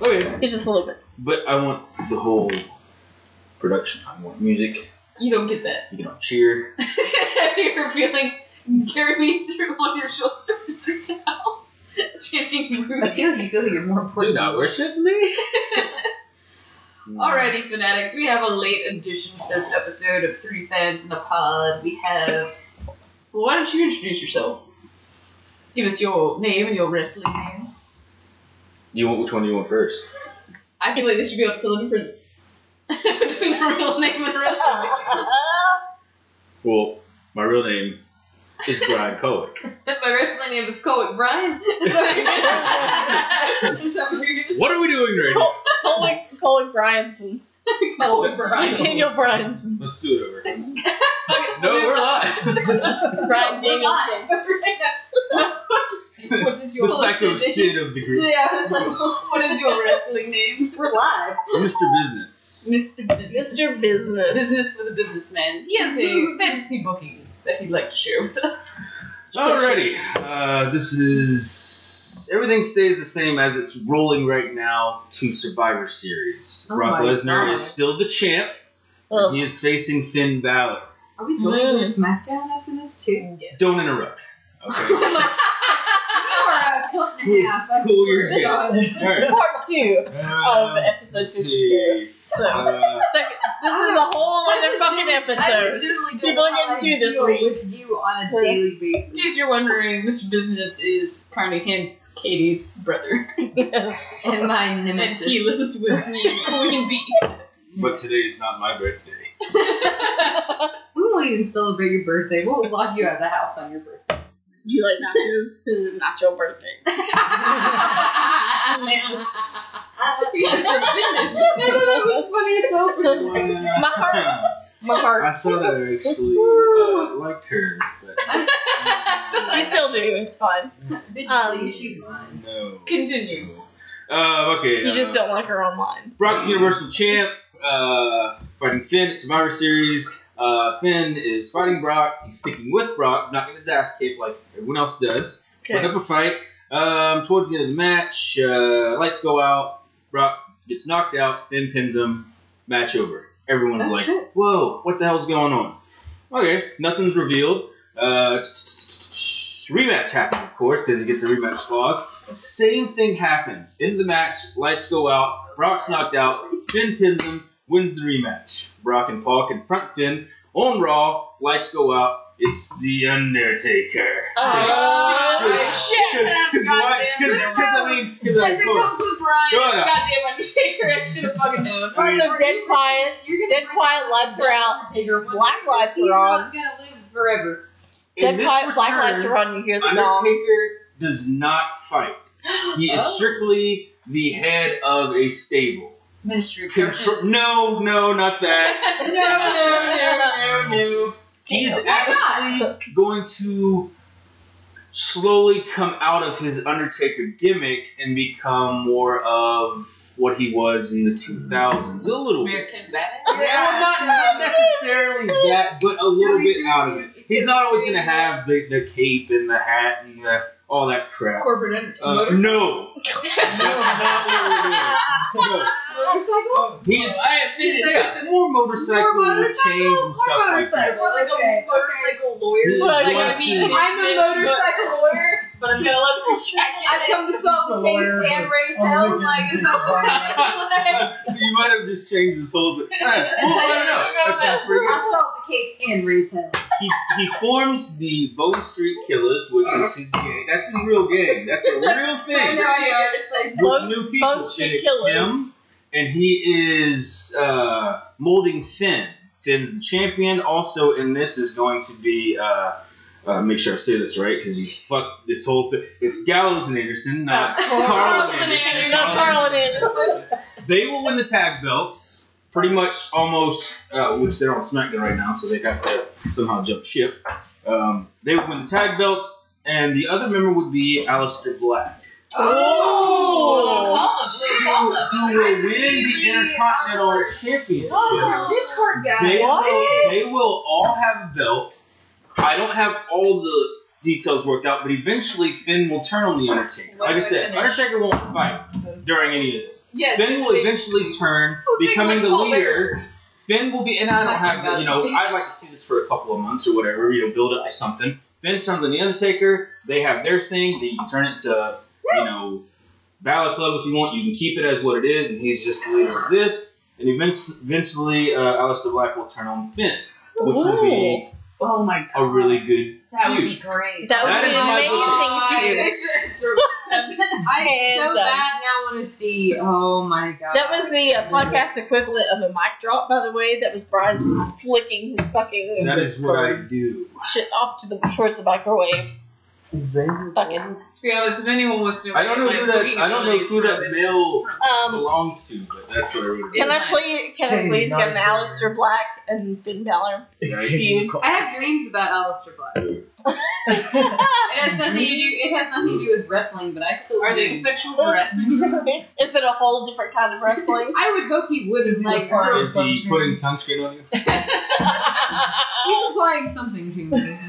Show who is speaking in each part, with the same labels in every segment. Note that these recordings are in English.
Speaker 1: Okay,
Speaker 2: It's just a little bit.
Speaker 1: but I want the whole production. I want music.
Speaker 2: You don't get that.
Speaker 1: You know, cheer.
Speaker 2: You're feeling Jeremy threw on your shoulders the towel, chanting
Speaker 3: I
Speaker 2: Rudy.
Speaker 3: feel like you feel you're more
Speaker 1: Do
Speaker 3: important.
Speaker 1: not worship me. Hmm.
Speaker 2: Alrighty, fanatics, we have a late addition to this episode of Three Fans in a Pod. We have. Well, why don't you introduce yourself? Give us your name and your wrestling name.
Speaker 1: You want which one do you want first?
Speaker 2: I feel like this should be up to the difference between a real name and a wrestling name.
Speaker 1: Well, my real name is Brian Colwick.
Speaker 3: My wrestling name is Colwick Brian. Is that what you're- is that what you're gonna
Speaker 1: What are we doing right now?
Speaker 4: Colin, Colin Bryanson.
Speaker 2: Colin Bryan.
Speaker 4: Daniel Bryanson.
Speaker 1: Let's do it over.
Speaker 2: Fuck it,
Speaker 1: No,
Speaker 2: we'll
Speaker 1: we're
Speaker 2: do it.
Speaker 1: live.
Speaker 4: Brian Danielson.
Speaker 2: What is your
Speaker 1: the psycho shit of the group.
Speaker 3: yeah, I was like,
Speaker 2: What is your wrestling name?
Speaker 3: we're live.
Speaker 1: Mr. Business.
Speaker 2: Mr. Business. Mm-hmm.
Speaker 4: Mr. Business.
Speaker 2: Business for the businessman. He has a fantasy booking that he'd like to share with us.
Speaker 1: Alrighty, uh, this is everything stays the same as it's rolling right now to Survivor Series.
Speaker 2: Oh
Speaker 1: Brock
Speaker 2: my
Speaker 1: Lesnar
Speaker 2: God.
Speaker 1: is still the champ.
Speaker 4: Ugh.
Speaker 1: He is facing Finn Balor.
Speaker 3: Are we
Speaker 4: going to
Speaker 3: SmackDown after this too?
Speaker 2: Yes.
Speaker 1: Don't interrupt. Okay.
Speaker 3: You are a cut and a half. I
Speaker 1: Cool your
Speaker 3: swear to
Speaker 1: jets.
Speaker 3: God.
Speaker 4: This is part two of episode 52. So,
Speaker 1: Uh,
Speaker 4: second,
Speaker 2: Ah.
Speaker 4: this is a whole other fucking
Speaker 3: I
Speaker 4: episode.
Speaker 3: legitimately don't
Speaker 4: People are
Speaker 3: know
Speaker 4: getting
Speaker 3: how I
Speaker 4: two this
Speaker 3: deal
Speaker 4: week.
Speaker 3: with you on
Speaker 4: Yeah.
Speaker 3: a daily
Speaker 2: In
Speaker 3: basis.
Speaker 2: case you're wondering, Mr. Business is kind of hence Katie's brother.
Speaker 3: And my
Speaker 2: And
Speaker 3: nemesis.
Speaker 2: he lives with me and Queen Bee.
Speaker 1: but today is not my birthday.
Speaker 3: We won't even celebrate your birthday. We'll lock you out of the house on your birthday.
Speaker 4: Do you like nachos? Because it's not your birthday.
Speaker 3: No, no, no, it was funny as well.
Speaker 4: My heart. My heart.
Speaker 1: I saw that I actually uh, liked her, but uh,
Speaker 4: You still do. It's fine. Um,
Speaker 3: Bitch, please, she's mine.
Speaker 1: no.
Speaker 2: Continue.
Speaker 1: Um, okay.
Speaker 4: You just
Speaker 1: uh,
Speaker 4: don't like her online.
Speaker 1: Brock's Universal Champ, uh, fighting Finn at Survivor Series. Uh, Finn is fighting Brock. He's sticking with Brock. He's not getting his ass kicked like everyone else does. Put
Speaker 4: Okay.
Speaker 1: up a fight. Um, towards the end of the match, uh, lights go out. Brock gets knocked out. Finn pins him. Match over. Everyone's
Speaker 3: Oh,
Speaker 1: like,
Speaker 3: shit.
Speaker 1: whoa, what the hell's going on? Okay, nothing's revealed. Uh, rematch happens, of course, because he gets a rematch clause. Same thing happens. End of the match, lights go out, Brock's knocked out, Finn pins him, wins the rematch. Brock and Paul confront Finn on Raw, lights go out, it's The Undertaker.
Speaker 4: Oh,
Speaker 2: shit!
Speaker 1: Because why? Because I mean, because I
Speaker 2: Like the
Speaker 1: mean,
Speaker 2: comes with Brian,
Speaker 1: Go on.
Speaker 2: goddamn Undertaker, I should have fucking known.
Speaker 1: I mean,
Speaker 4: So dead quiet.
Speaker 3: You're
Speaker 4: Dead quiet lights were out.
Speaker 3: Taker.
Speaker 4: Black lights
Speaker 3: He's
Speaker 4: were on.
Speaker 3: not gonna live forever.
Speaker 1: in
Speaker 4: Dead
Speaker 1: this
Speaker 4: quiet. Black
Speaker 1: return,
Speaker 4: lights are on. You hear the gong.
Speaker 1: Undertaker does not fight. He is
Speaker 3: Oh.
Speaker 1: strictly the head of a stable.
Speaker 2: Ministry of
Speaker 1: Contro-
Speaker 2: Darkness.
Speaker 1: no, no, not that.
Speaker 3: No, no, no, no, no.
Speaker 1: He's
Speaker 4: Damn.
Speaker 1: actually going to slowly come out of his Undertaker gimmick and become more of what he was in the 2000s. A little bit.
Speaker 2: American Badass.
Speaker 1: Yeah, well, not, not necessarily that, but a little
Speaker 3: No, he's
Speaker 1: bit
Speaker 3: gonna
Speaker 1: out of
Speaker 3: be-
Speaker 1: it.
Speaker 3: he's
Speaker 1: He's
Speaker 3: gonna
Speaker 1: not always
Speaker 3: stay
Speaker 1: going to
Speaker 3: in that-
Speaker 1: have the, the cape and the hat and the, all that crap.
Speaker 2: Corporate Undertaker.
Speaker 1: Uh, no. That's not what we're doing. No.
Speaker 3: Motorcycle?
Speaker 2: Oh,
Speaker 1: He's-
Speaker 2: I have vision.
Speaker 1: Yeah, more motorcycle,
Speaker 3: More motorcycle,
Speaker 1: chains
Speaker 3: more
Speaker 1: and stuff like that.
Speaker 3: motorcycle.
Speaker 2: More like
Speaker 3: Okay.
Speaker 2: a motorcycle lawyer.
Speaker 1: Yeah.
Speaker 2: Like,
Speaker 1: Yeah.
Speaker 2: I mean,
Speaker 1: I'm
Speaker 3: I'm a
Speaker 2: business,
Speaker 3: motorcycle lawyer.
Speaker 2: But, but I'm gonna let them check it.
Speaker 3: I come to solve the case and raise
Speaker 1: Oh,
Speaker 3: hell. Like, it's not
Speaker 1: you might have just changed this whole bit. Eh, well, I don't know. That sounds pretty good.
Speaker 3: I solve the case and raise hell.
Speaker 1: He, he forms the Bone Street Killers, which is his gang. That's his real gang. That's a real
Speaker 3: I know,
Speaker 1: thing.
Speaker 3: I know. I
Speaker 1: With
Speaker 3: just like,
Speaker 4: Bone-
Speaker 1: new people.
Speaker 4: Bone Street
Speaker 1: And it's
Speaker 4: Killers.
Speaker 1: Him, and he is uh, molding Finn. Finn's the champion. Also, in this is going to be. Uh, uh, make sure I say this right because you fucked this whole thing. It's Gallows and Anderson, not Carl and Anderson.
Speaker 4: You're not Carl and Anderson.
Speaker 1: They will win the tag belts, pretty much almost, uh, which they're on SmackDown right now, so they have to somehow jump ship. Um, they would win the tag belts, and the other member would be Aleister Black,
Speaker 2: Little
Speaker 4: Oh.
Speaker 2: Paula, little Paula.
Speaker 1: who will win the Intercontinental Championship.
Speaker 2: Good card guy.
Speaker 1: They
Speaker 4: What?
Speaker 1: will, they will all have a belt. I don't have all the details worked out, but eventually Finn will turn on the Undertaker.
Speaker 3: When
Speaker 1: Like I
Speaker 3: we
Speaker 1: said,
Speaker 3: finish-
Speaker 1: Undertaker won't fight during any of this.
Speaker 2: Yeah,
Speaker 1: Finn
Speaker 2: just
Speaker 1: will
Speaker 2: based-
Speaker 1: eventually turn,
Speaker 2: Who's making
Speaker 1: becoming
Speaker 2: my
Speaker 1: the
Speaker 2: call
Speaker 1: leader.
Speaker 2: there?
Speaker 1: Finn will be, and I don't
Speaker 3: Like
Speaker 1: have, the,
Speaker 3: about
Speaker 1: you know,
Speaker 3: Finn.
Speaker 1: I'd like to see this for a couple of months or whatever, you know, build up to something. Finn turns on the Undertaker. They have their thing. Then you can turn it to, you know, Balor Club if you want. You can keep it as what it is, and he's just the leader of this. And events- eventually, uh, Alistair Black will turn on Finn, which will be
Speaker 2: Oh my god.
Speaker 1: a really good.
Speaker 2: That would be great.
Speaker 4: That would
Speaker 1: That
Speaker 4: be
Speaker 1: is my
Speaker 3: book.
Speaker 4: amazing. feud.
Speaker 3: I
Speaker 4: And,
Speaker 3: so
Speaker 4: um,
Speaker 3: bad now want to see. Oh my god.
Speaker 4: That was the uh, podcast equivalent of a mic drop, by the way. That was Brian just flicking his fucking
Speaker 1: That is what I do.
Speaker 4: shit off to the towards the microwave.
Speaker 5: Xavier.
Speaker 4: Fucking. Um,
Speaker 2: To be honest, if anyone wants to,
Speaker 1: I don't know who that- I don't know who that male-
Speaker 4: can
Speaker 1: Belongs to, but that's what I wrote. down.
Speaker 4: I please? Um, Can I please get an Alistair Black and Finn Balor?
Speaker 5: Xavier.
Speaker 3: I have dreams about Aleister Black. It has nothing to do. It has nothing to do with wrestling, but I still.
Speaker 2: Are they
Speaker 3: dream.
Speaker 2: sexual harassment?
Speaker 4: Is it a whole different kind of wrestling?
Speaker 3: I would hope he would
Speaker 5: Is he
Speaker 3: like.
Speaker 5: a part
Speaker 3: her.
Speaker 5: of-
Speaker 1: Is he putting sunscreen on you?
Speaker 3: He's applying something to me.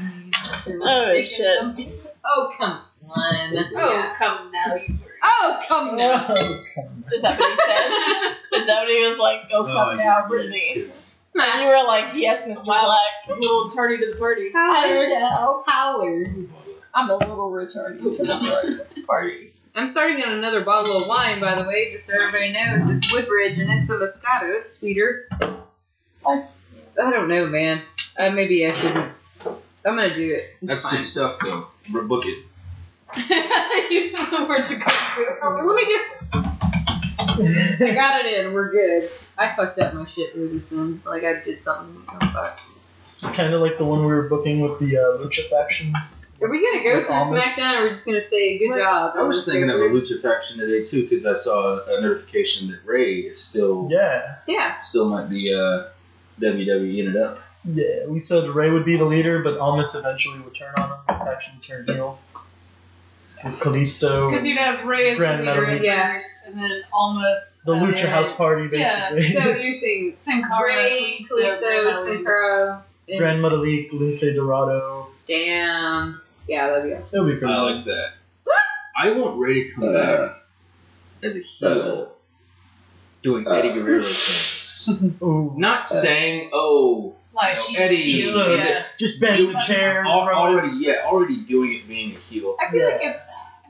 Speaker 4: oh shit!
Speaker 3: Oh come on.
Speaker 2: Oh, come now, you were.
Speaker 3: Oh come on.
Speaker 4: Is that what he said? Is that what he was like?
Speaker 1: Oh,
Speaker 4: Go come now, Brittany. And you were like, yes, Mr.
Speaker 2: Wow.
Speaker 4: Black.
Speaker 2: A little tardy to the party.
Speaker 3: Howard. Howard.
Speaker 4: I'm a little retarded to the party.
Speaker 3: I'm starting on another bottle of wine, by the way, just so everybody knows. It's Woodbridge and it's a Moscato. It's sweeter. I, I don't know, man. Uh, maybe I shouldn't. I'm gonna do it. It's
Speaker 1: That's
Speaker 3: fine.
Speaker 1: good stuff, though. Rebook it.
Speaker 2: you don't know where to go.
Speaker 3: Oh, let me just. I got it in. We're good. I fucked up my shit through this thing. Like I did something. Oh, fuck.
Speaker 5: It's kind of like the one we were booking with the uh, Lucha faction.
Speaker 3: Are we gonna go
Speaker 5: With
Speaker 3: through
Speaker 5: almonds.
Speaker 3: SmackDown, or we're just gonna say good
Speaker 1: Right.
Speaker 3: job?
Speaker 1: I was thinking of a Lucha faction today too, because I saw a notification that Ray is still
Speaker 5: Yeah,
Speaker 3: Yeah.
Speaker 1: still might be uh, WWE in it up.
Speaker 5: yeah. We said Ray would be the leader, but Almas eventually would turn on him. The faction turned heel. With Kalisto.
Speaker 2: Because you'd have Ray as the
Speaker 5: Grand
Speaker 2: leader
Speaker 5: Metal
Speaker 2: at
Speaker 3: League.
Speaker 2: first, and then almost
Speaker 5: the
Speaker 2: uh,
Speaker 5: Lucha
Speaker 3: yeah.
Speaker 5: House Party,
Speaker 2: Yeah.
Speaker 5: basically.
Speaker 3: So you're saying
Speaker 2: Sin Cara,
Speaker 3: Ray,
Speaker 2: Kalisto, Grand
Speaker 3: Kalisto,
Speaker 2: Metal League.
Speaker 3: Sakura, and
Speaker 5: Grand Metalik, Lince Dorado.
Speaker 3: Damn. Yeah, that'd be awesome.
Speaker 5: That'd be pretty
Speaker 1: I
Speaker 5: good.
Speaker 1: like that. Uh, I want Ray to come back as a heel, doing Eddie Guerrero things.
Speaker 5: Ooh.
Speaker 1: Not saying, oh,
Speaker 2: Like,
Speaker 1: you know,
Speaker 2: she's
Speaker 1: Eddie,
Speaker 5: Just
Speaker 2: cute,
Speaker 5: the-
Speaker 2: yeah.
Speaker 5: Just bang the chair.
Speaker 1: al-
Speaker 5: throw it.
Speaker 1: already, yeah, already doing it being a heel.
Speaker 2: I feel
Speaker 5: Yeah.
Speaker 2: like if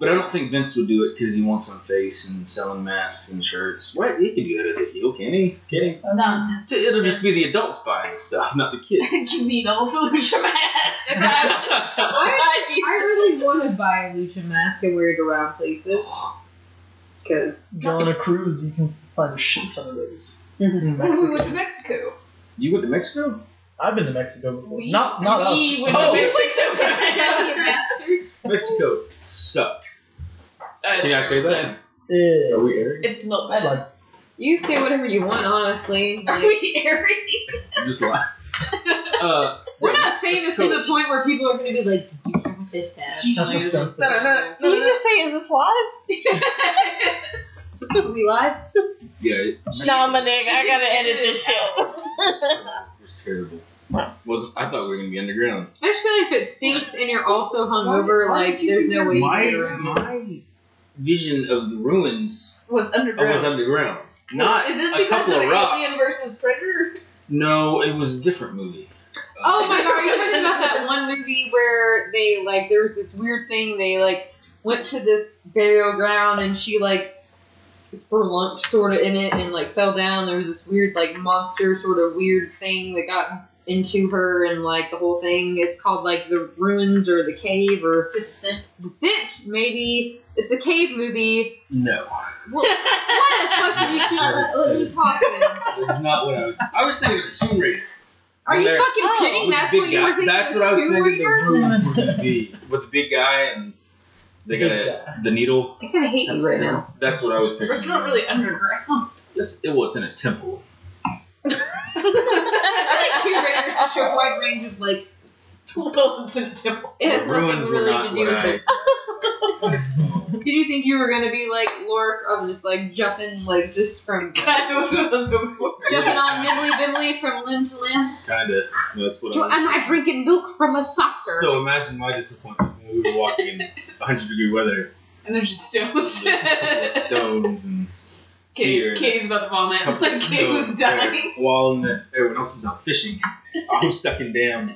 Speaker 1: But I don't think Vince would do it because he wants on face and selling masks and shirts. What? He can do that as a heel, can he? Can he?
Speaker 2: nonsense.
Speaker 1: It's ju- It'll just be the adults buying the stuff, not the kids.
Speaker 2: Give me the whole solution, man.
Speaker 3: That's what I-
Speaker 1: I
Speaker 2: I mean.
Speaker 3: I really want to buy a Lucha mask and wear it around places. Because.
Speaker 5: Go on a cruise, you can find a shit ton of those. In
Speaker 2: What if we went to
Speaker 5: Mexico.
Speaker 2: Mexico?
Speaker 1: You went to Mexico?
Speaker 5: I've been to Mexico before.
Speaker 2: We-
Speaker 5: not not
Speaker 2: we
Speaker 5: us.
Speaker 2: went to
Speaker 1: Oh.
Speaker 2: Mexico.
Speaker 1: Mexico sucked.
Speaker 2: Uh,
Speaker 1: Can I say that? Are
Speaker 5: Yeah.
Speaker 1: we airing?
Speaker 2: It smelled
Speaker 5: I
Speaker 2: bad.
Speaker 5: like
Speaker 3: You can say whatever you want, honestly.
Speaker 2: Are
Speaker 3: Like,
Speaker 2: we airy?
Speaker 1: Just lie. Uh,
Speaker 3: we're not famous to the
Speaker 1: Coast.
Speaker 3: point where people are going to be like, Did you hear what they said?"
Speaker 5: that's offensive.
Speaker 3: uh,
Speaker 1: Da-da-da,
Speaker 4: Did you
Speaker 1: da-da-da.
Speaker 4: just say, is this live?
Speaker 3: Are we live?
Speaker 1: Yeah, it
Speaker 4: No, my nigga, I gotta edit this shit.
Speaker 1: was terrible. Was I thought we were gonna be underground.
Speaker 3: Especially if it stinks and you're also hungover,
Speaker 2: Why- why
Speaker 3: like,
Speaker 2: did you
Speaker 3: there's
Speaker 2: do
Speaker 3: no
Speaker 2: that?
Speaker 3: way you can get
Speaker 1: My
Speaker 3: around. it.
Speaker 1: my vision of the ruins
Speaker 2: was underground.
Speaker 1: Oh, was underground. Not
Speaker 2: Is this
Speaker 1: a
Speaker 2: because
Speaker 1: couple
Speaker 2: of
Speaker 1: of rocks.
Speaker 2: Alien versus Predator?
Speaker 1: No, it was a different movie. Uh,
Speaker 3: Oh my god, are you talking about that one movie where they, like, there was this weird thing, they, like, went to this burial ground and she, like, spurlunked sort of in it and, like, fell down. There was this weird, like, monster sort of weird thing that got into her and, like, the whole thing. It's called, like, The Ruins or The Cave or
Speaker 2: The Descent.
Speaker 3: The Sitch, maybe. It's a cave movie.
Speaker 1: No.
Speaker 3: Well, why the fuck did you keep let, let me talk then?
Speaker 1: That's not what I was I was thinking of Tomb Raider.
Speaker 3: Are you
Speaker 1: There-
Speaker 3: fucking
Speaker 4: Oh,
Speaker 3: kidding?
Speaker 1: with
Speaker 3: That's
Speaker 1: the
Speaker 3: what
Speaker 1: big
Speaker 3: you
Speaker 1: guy.
Speaker 3: were thinking
Speaker 1: That's
Speaker 3: was
Speaker 1: what I was
Speaker 3: Tomb
Speaker 1: thinking
Speaker 3: Raider?
Speaker 1: the ruins were gonna be with the big guy and they got
Speaker 5: Big
Speaker 1: a,
Speaker 5: guy.
Speaker 1: the needle.
Speaker 3: I kind of hate you right now.
Speaker 1: That's what I was thinking.
Speaker 2: It's not really underground.
Speaker 1: It's, it was in a temple.
Speaker 3: I like Tomb Raider is such a wide range of like
Speaker 2: well, it's in a temple.
Speaker 3: it has
Speaker 1: The ruins
Speaker 3: nothing
Speaker 1: were
Speaker 3: really
Speaker 1: not
Speaker 3: to do with
Speaker 1: what
Speaker 3: it. Did you think you were gonna be like Lork of just like jumping like just from
Speaker 2: God knows what was before.
Speaker 3: jumping on nimbly bimbly from limb to limb?
Speaker 1: Kinda. That's what I
Speaker 3: Am I drinking milk from a saucer?
Speaker 1: So imagine my disappointment. we were walking in 100 degree weather.
Speaker 2: And there's just stones.
Speaker 1: There's just a couple of stones and
Speaker 2: Katie,
Speaker 1: Weird.
Speaker 2: Katie's about to
Speaker 1: a
Speaker 2: vomit.
Speaker 1: couple of
Speaker 2: Like Katie was
Speaker 1: stones there,
Speaker 2: dying.
Speaker 1: While in the, everyone else is out fishing. I'm stuck in dam.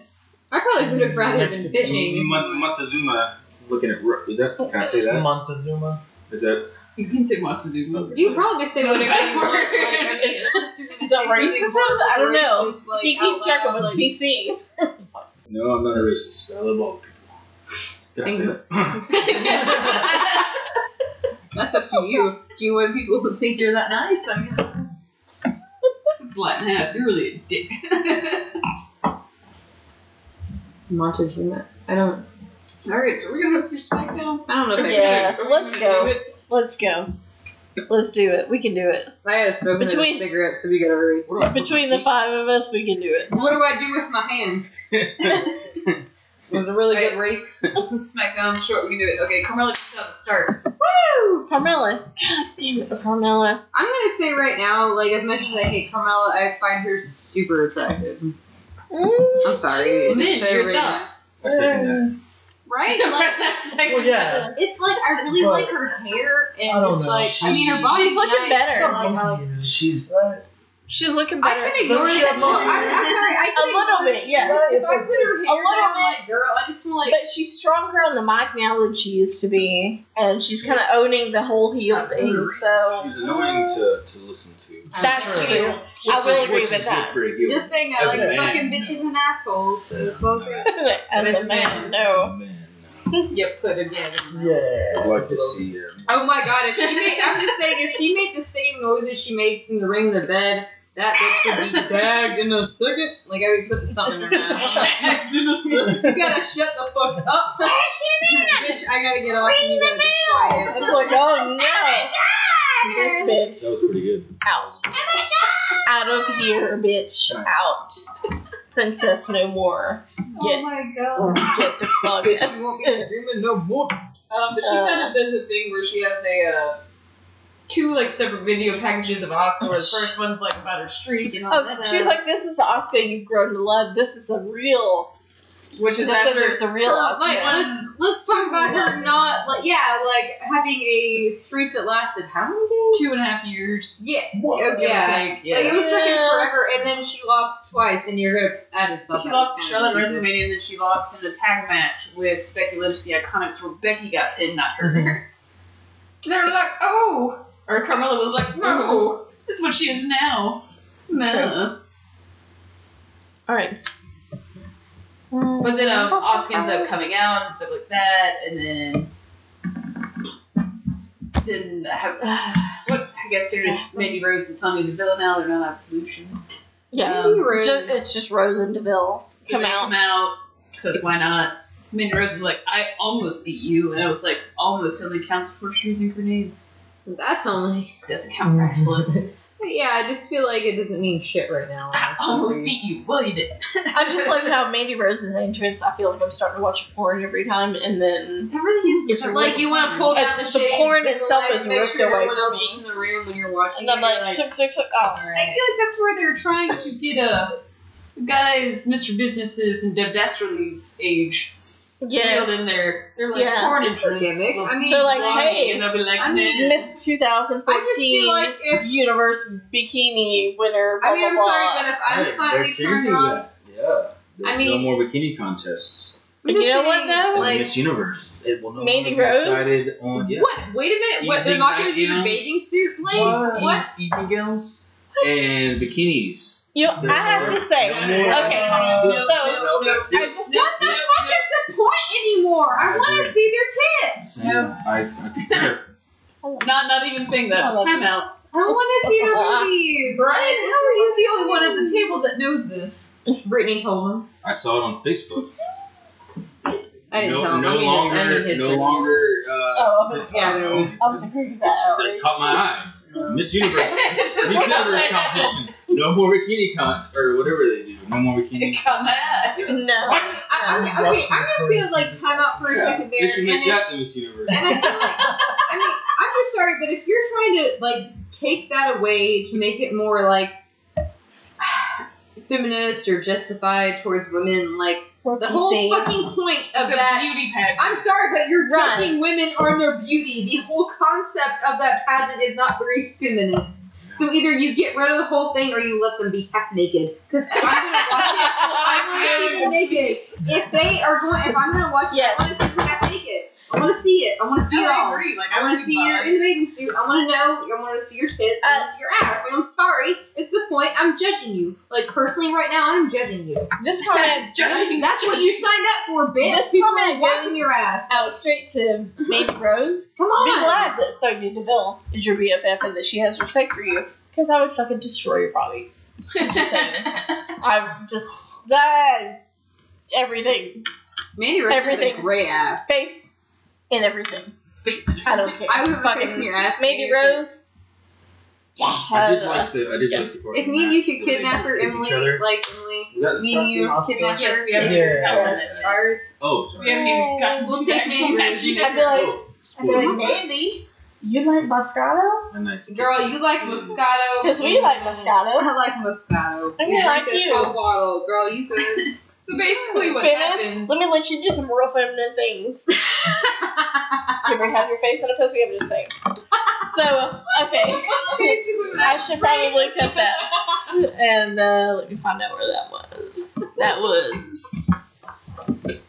Speaker 3: I probably would have rather been
Speaker 5: Mexican
Speaker 3: fishing.
Speaker 1: M- Matsuzuma looking at. ro- Is that. Can I say that?
Speaker 5: Montezuma.
Speaker 1: Is that.
Speaker 2: You can say
Speaker 1: Oh,
Speaker 2: Montezuma.
Speaker 3: You probably say
Speaker 2: So
Speaker 3: whatever you want.
Speaker 2: backward.
Speaker 3: Like, I mean, unless you're gonna say
Speaker 4: Is that
Speaker 3: something
Speaker 4: racist? I don't know.
Speaker 3: racist, like, oh,
Speaker 4: Keep,
Speaker 3: out
Speaker 4: keep checking
Speaker 3: loud,
Speaker 4: with
Speaker 3: like,
Speaker 4: PC.
Speaker 1: No, I'm not a racist. I love all people. Can I say that?
Speaker 3: That's up to you. Do you want people to think you're that nice? I mean,
Speaker 2: This is Latin half. You're really a dick.
Speaker 3: Montezuma. I don't.
Speaker 2: Alright, so we're gonna go through SmackDown.
Speaker 3: I don't know if I
Speaker 4: Yeah.
Speaker 3: can.
Speaker 4: let's
Speaker 2: We're
Speaker 4: go.
Speaker 2: gonna do it.
Speaker 4: Let's go. Let's do it. We can do it.
Speaker 3: I had a smoke Between...
Speaker 4: Between-
Speaker 3: cigarette, so we gotta hurry.
Speaker 1: What do I put
Speaker 4: Between the five of us, we can do it.
Speaker 3: What do I do with my hands? It was a really good race.
Speaker 2: SmackDown's short. We can do it. Okay, Carmella gets out to start.
Speaker 3: Woo!
Speaker 4: Carmella. God damn it, Carmella.
Speaker 3: I'm gonna say right now, like as much as I hate Carmella, I find her super attractive.
Speaker 4: Mm,
Speaker 3: I'm sorry.
Speaker 2: Lynn,
Speaker 3: It's so
Speaker 2: your
Speaker 3: racist.
Speaker 2: thoughts.
Speaker 1: I second
Speaker 3: Right? Like,
Speaker 5: Well,
Speaker 2: Like,
Speaker 5: yeah.
Speaker 3: It's like I really
Speaker 5: But-
Speaker 3: like her hair
Speaker 5: I
Speaker 3: and
Speaker 5: don't
Speaker 3: just
Speaker 5: know.
Speaker 3: like I mean her
Speaker 1: She-
Speaker 3: body's
Speaker 4: She's looking
Speaker 3: nice,
Speaker 4: better.
Speaker 3: but, like, I like-
Speaker 1: that. She's.
Speaker 5: Right.
Speaker 4: She's looking
Speaker 3: I
Speaker 4: better.
Speaker 3: can ignore
Speaker 5: But she
Speaker 3: it.
Speaker 5: had
Speaker 3: No,
Speaker 5: long
Speaker 3: I'm, I'm
Speaker 5: hair.
Speaker 3: sorry. I
Speaker 4: a
Speaker 3: can
Speaker 4: little
Speaker 3: ignore it.
Speaker 4: bit, yeah.
Speaker 3: If I put her
Speaker 4: A
Speaker 3: hair
Speaker 4: little
Speaker 3: down, like, girl, I just feel like
Speaker 4: But she's stronger on the mic now than she used to be, and she's kind of owning the whole heel thing. So
Speaker 1: She's annoying to, to listen to.
Speaker 4: that's
Speaker 3: Sure.
Speaker 4: true. I will agree with that.
Speaker 3: Just saying, I
Speaker 1: As
Speaker 3: like
Speaker 1: a man.
Speaker 3: fucking bitches and assholes, so it's all good.
Speaker 4: As a man, no.
Speaker 2: you put again.
Speaker 5: Yeah.
Speaker 1: I'd like to see her.
Speaker 3: Oh my god, if she made, I'm just saying, if she made the same noises she makes in the ring of the bed, that bitch would be bagged in a second. Like, I would put something in her mouth. I'm like, you gotta shut the fuck up. bitch, I gotta get off and you gotta be quiet.
Speaker 4: It's like, oh no, this
Speaker 1: That
Speaker 4: bitch
Speaker 1: was pretty good.
Speaker 4: out, out of here, bitch, out, princess no more.
Speaker 2: Oh my god.
Speaker 4: Get the fuck.
Speaker 3: bitch, you won't be screaming no more.
Speaker 2: Um, but she
Speaker 3: Uh,
Speaker 2: kind of does a thing where she has a uh, two like separate video packages of Oscar. The first one's like about her streak and all
Speaker 4: Oh,
Speaker 2: that.
Speaker 4: she's like, this is the Oscar you've grown to love. This is the real.
Speaker 2: which is
Speaker 4: This
Speaker 2: after
Speaker 4: there's a real
Speaker 3: Well,
Speaker 4: Oscar.
Speaker 3: like, let's, let's talk about her
Speaker 2: Lessons.
Speaker 3: not, like, yeah, like, having a streak that lasted how many days?
Speaker 2: two and a half years.
Speaker 3: Yeah,
Speaker 2: Give or
Speaker 3: yeah.
Speaker 2: take, yeah.
Speaker 3: Like it was fucking
Speaker 4: Yeah.
Speaker 3: forever, and then she lost twice, and you're gonna add yourself.
Speaker 2: She lost to Charlotte at WrestleMania, and then she lost in a tag match with Becky Lynch, the Iconics, where Becky got pinned, not her. and they were like, "Oh," or Carmella was like, "No,
Speaker 3: Mm-hmm.
Speaker 2: this is what she is now." No.
Speaker 4: All right.
Speaker 2: But then um, Oscar ends up coming out and stuff like that, and then then I have, what I guess they're just Mandy Rose and Sonya Deville now. They're not Absolution.
Speaker 4: Yeah.
Speaker 2: Um,
Speaker 3: Rose.
Speaker 4: Ju- it's just Rose and Deville
Speaker 2: So
Speaker 4: come
Speaker 2: they
Speaker 4: out.
Speaker 2: Come out, because why not? Mandy Rose was like, I almost beat you, and I was like, almost only counts for using grenades.
Speaker 3: That's only.
Speaker 2: Doesn't count for wrestling.
Speaker 3: But yeah, I just feel like it doesn't mean shit right now.
Speaker 2: I almost beat you. Well, you did.
Speaker 4: I just like how Mandy Rose's entrance. I feel like I'm starting to watch porn every time, and then
Speaker 2: It really is.
Speaker 4: It's
Speaker 2: sort of
Speaker 3: Like you want to pull down the,
Speaker 4: Uh, the
Speaker 3: shades
Speaker 4: porn
Speaker 3: and the
Speaker 4: itself
Speaker 3: lights,
Speaker 4: is
Speaker 3: make
Speaker 4: ripped
Speaker 3: sure
Speaker 4: away
Speaker 3: no one
Speaker 4: from
Speaker 3: else
Speaker 4: me.
Speaker 3: is in the room when you're watching.
Speaker 4: and I'm
Speaker 3: it,
Speaker 4: like,
Speaker 3: you're
Speaker 4: six, six, six. Oh,
Speaker 2: I feel like that's where they're trying to get uh, guys, Mr. Businesses, and Dev Dastardly's age
Speaker 4: yes.
Speaker 2: reeled in there. They're like
Speaker 4: Yeah.
Speaker 2: porn entrance.
Speaker 3: Gimmick.
Speaker 2: They'll
Speaker 3: I mean,
Speaker 2: see
Speaker 4: like,
Speaker 2: Lonnie,
Speaker 4: hey,
Speaker 2: and they'll be like,
Speaker 3: I mean,
Speaker 2: "Nah."
Speaker 4: Miss
Speaker 3: I just feel
Speaker 4: 2014
Speaker 3: like if
Speaker 4: Universe Bikini winner. Blah,
Speaker 3: I mean, I'm
Speaker 4: blah,
Speaker 3: sorry,
Speaker 4: blah.
Speaker 3: but if I'm
Speaker 1: Hey,
Speaker 3: slightly
Speaker 1: they're changing
Speaker 3: turned on,
Speaker 1: that. Yeah. There's
Speaker 3: mean-
Speaker 1: no more bikini contests.
Speaker 4: But you know what though?
Speaker 1: in
Speaker 3: Like-
Speaker 1: Miss Universe, it will no
Speaker 4: Mandy
Speaker 1: longer
Speaker 4: Rose?
Speaker 1: be decided on. Yeah.
Speaker 3: what? Wait a minute,
Speaker 1: You
Speaker 3: what? They're
Speaker 1: think
Speaker 3: not gonna do the
Speaker 1: nightgowns?
Speaker 3: bathing suit, please.
Speaker 1: Evening-
Speaker 3: What?
Speaker 1: Evening gowns and bikinis.
Speaker 4: You know, I have to say,
Speaker 1: No more-
Speaker 4: okay.
Speaker 1: No,
Speaker 4: so-
Speaker 1: no, that's it.
Speaker 4: I just
Speaker 3: What the fuck is the point anymore? I want to see their tits.
Speaker 1: Yeah, I, I concur.
Speaker 2: not not even saying that.
Speaker 4: I love
Speaker 2: Time
Speaker 4: you.
Speaker 2: out.
Speaker 3: I want to see their boobies.
Speaker 2: Brian, how are you the only one at the table that knows this?
Speaker 3: Brittany told him.
Speaker 1: I saw it on Facebook.
Speaker 3: I didn't
Speaker 1: no,
Speaker 3: tell him.
Speaker 1: No
Speaker 3: I mean,
Speaker 1: longer,
Speaker 3: I mean his
Speaker 1: no
Speaker 3: opinion.
Speaker 1: longer. Uh,
Speaker 4: Oh, I
Speaker 1: this
Speaker 4: was,
Speaker 3: yeah, there
Speaker 1: outcome.
Speaker 3: was-
Speaker 4: I was agreeing with
Speaker 1: It's-
Speaker 4: that.
Speaker 1: that caught my eye. Miss Universe,
Speaker 2: Just
Speaker 1: Miss
Speaker 2: come
Speaker 1: Universe
Speaker 2: out.
Speaker 1: competition. No more bikini con or whatever they do. No more bikini.
Speaker 2: Come out.
Speaker 4: No.
Speaker 3: I, I, okay, okay, I'm just gonna like time out for a second there,
Speaker 1: They should
Speaker 3: and,
Speaker 1: make
Speaker 3: if,
Speaker 1: that the Miss Universe.
Speaker 3: and I feel like I mean I'm just sorry, but if you're trying to like take that away to make it more like feminist or justified towards women, like
Speaker 4: What
Speaker 3: The
Speaker 4: you
Speaker 3: whole
Speaker 4: see.
Speaker 3: fucking point of
Speaker 2: It's a
Speaker 3: that
Speaker 2: beauty pageant.
Speaker 3: I'm sorry, but you're
Speaker 4: Right.
Speaker 3: judging women on their beauty. The whole concept of that pageant is not very feminist. So either you get rid of the whole thing or you let them be half naked. Because if I'm gonna watch it, I want to see them naked. If they are going, if I'm gonna watch it,
Speaker 4: Yes.
Speaker 3: I want to see them half naked. I want to see it. I want to see
Speaker 2: No,
Speaker 3: it
Speaker 2: I
Speaker 3: all.
Speaker 2: agree. Like
Speaker 3: I want to see you
Speaker 2: your.
Speaker 3: in the bathing suit. I want to know. I want to see your tits. I want to see your ass. I'm sorry. It's the point. I'm judging you. Like personally, right now, I'm judging you.
Speaker 4: This comment
Speaker 2: Judging.
Speaker 3: That's what you signed up for, bitch.
Speaker 4: This
Speaker 3: People are
Speaker 4: comment
Speaker 3: watching
Speaker 4: goes-
Speaker 3: your ass.
Speaker 4: out straight to Baby Rose.
Speaker 3: Come on.
Speaker 4: Be glad that Sonya Deville is your BFF and that she has respect for you, because I would fucking destroy your body. Just saying. I'm just that everything,
Speaker 3: Mandy Rose has
Speaker 4: Everything.
Speaker 3: a great ass.
Speaker 4: face, and everything.
Speaker 2: Face it.
Speaker 4: I don't care.
Speaker 3: I would have
Speaker 4: Fucking
Speaker 3: fixing your ass.
Speaker 4: Maybe Rose. Yeah.
Speaker 1: I did like the. I did
Speaker 4: Yes.
Speaker 1: like the
Speaker 3: If me and you could
Speaker 1: They
Speaker 3: kidnap her,
Speaker 1: kick each
Speaker 3: Emily,
Speaker 1: other.
Speaker 3: like Emily,
Speaker 1: Is that the
Speaker 3: me and you
Speaker 5: Oscar?
Speaker 3: kidnap
Speaker 2: Yes,
Speaker 3: her.
Speaker 2: we have
Speaker 3: take
Speaker 5: Yeah.
Speaker 3: her
Speaker 5: Yeah.
Speaker 3: ass, ours.
Speaker 1: Oh, sorry.
Speaker 2: We haven't even gotten
Speaker 3: We'll
Speaker 2: to the
Speaker 3: take
Speaker 2: actual
Speaker 3: Mandy
Speaker 2: match
Speaker 3: Rose.
Speaker 2: yet.
Speaker 4: I'd be like,
Speaker 1: Oh,
Speaker 4: I'd
Speaker 1: spoiler.
Speaker 4: be like, Mandy, you like Moscato?
Speaker 1: A nice
Speaker 3: Girl, you like Moscato.
Speaker 4: Because we like Moscato.
Speaker 3: I like Moscato.
Speaker 4: I mean, like
Speaker 3: this
Speaker 4: you.
Speaker 3: whole bottle, girl. You could.
Speaker 2: So basically, what
Speaker 4: Feminist,
Speaker 2: happens?
Speaker 4: Oh, Let me let you do some real feminine things. you ever have your face in a pussy? I'm just saying. So, okay.
Speaker 2: basically, what
Speaker 4: I should probably cut that. And uh, let me find out where that was. That was. Fuck it,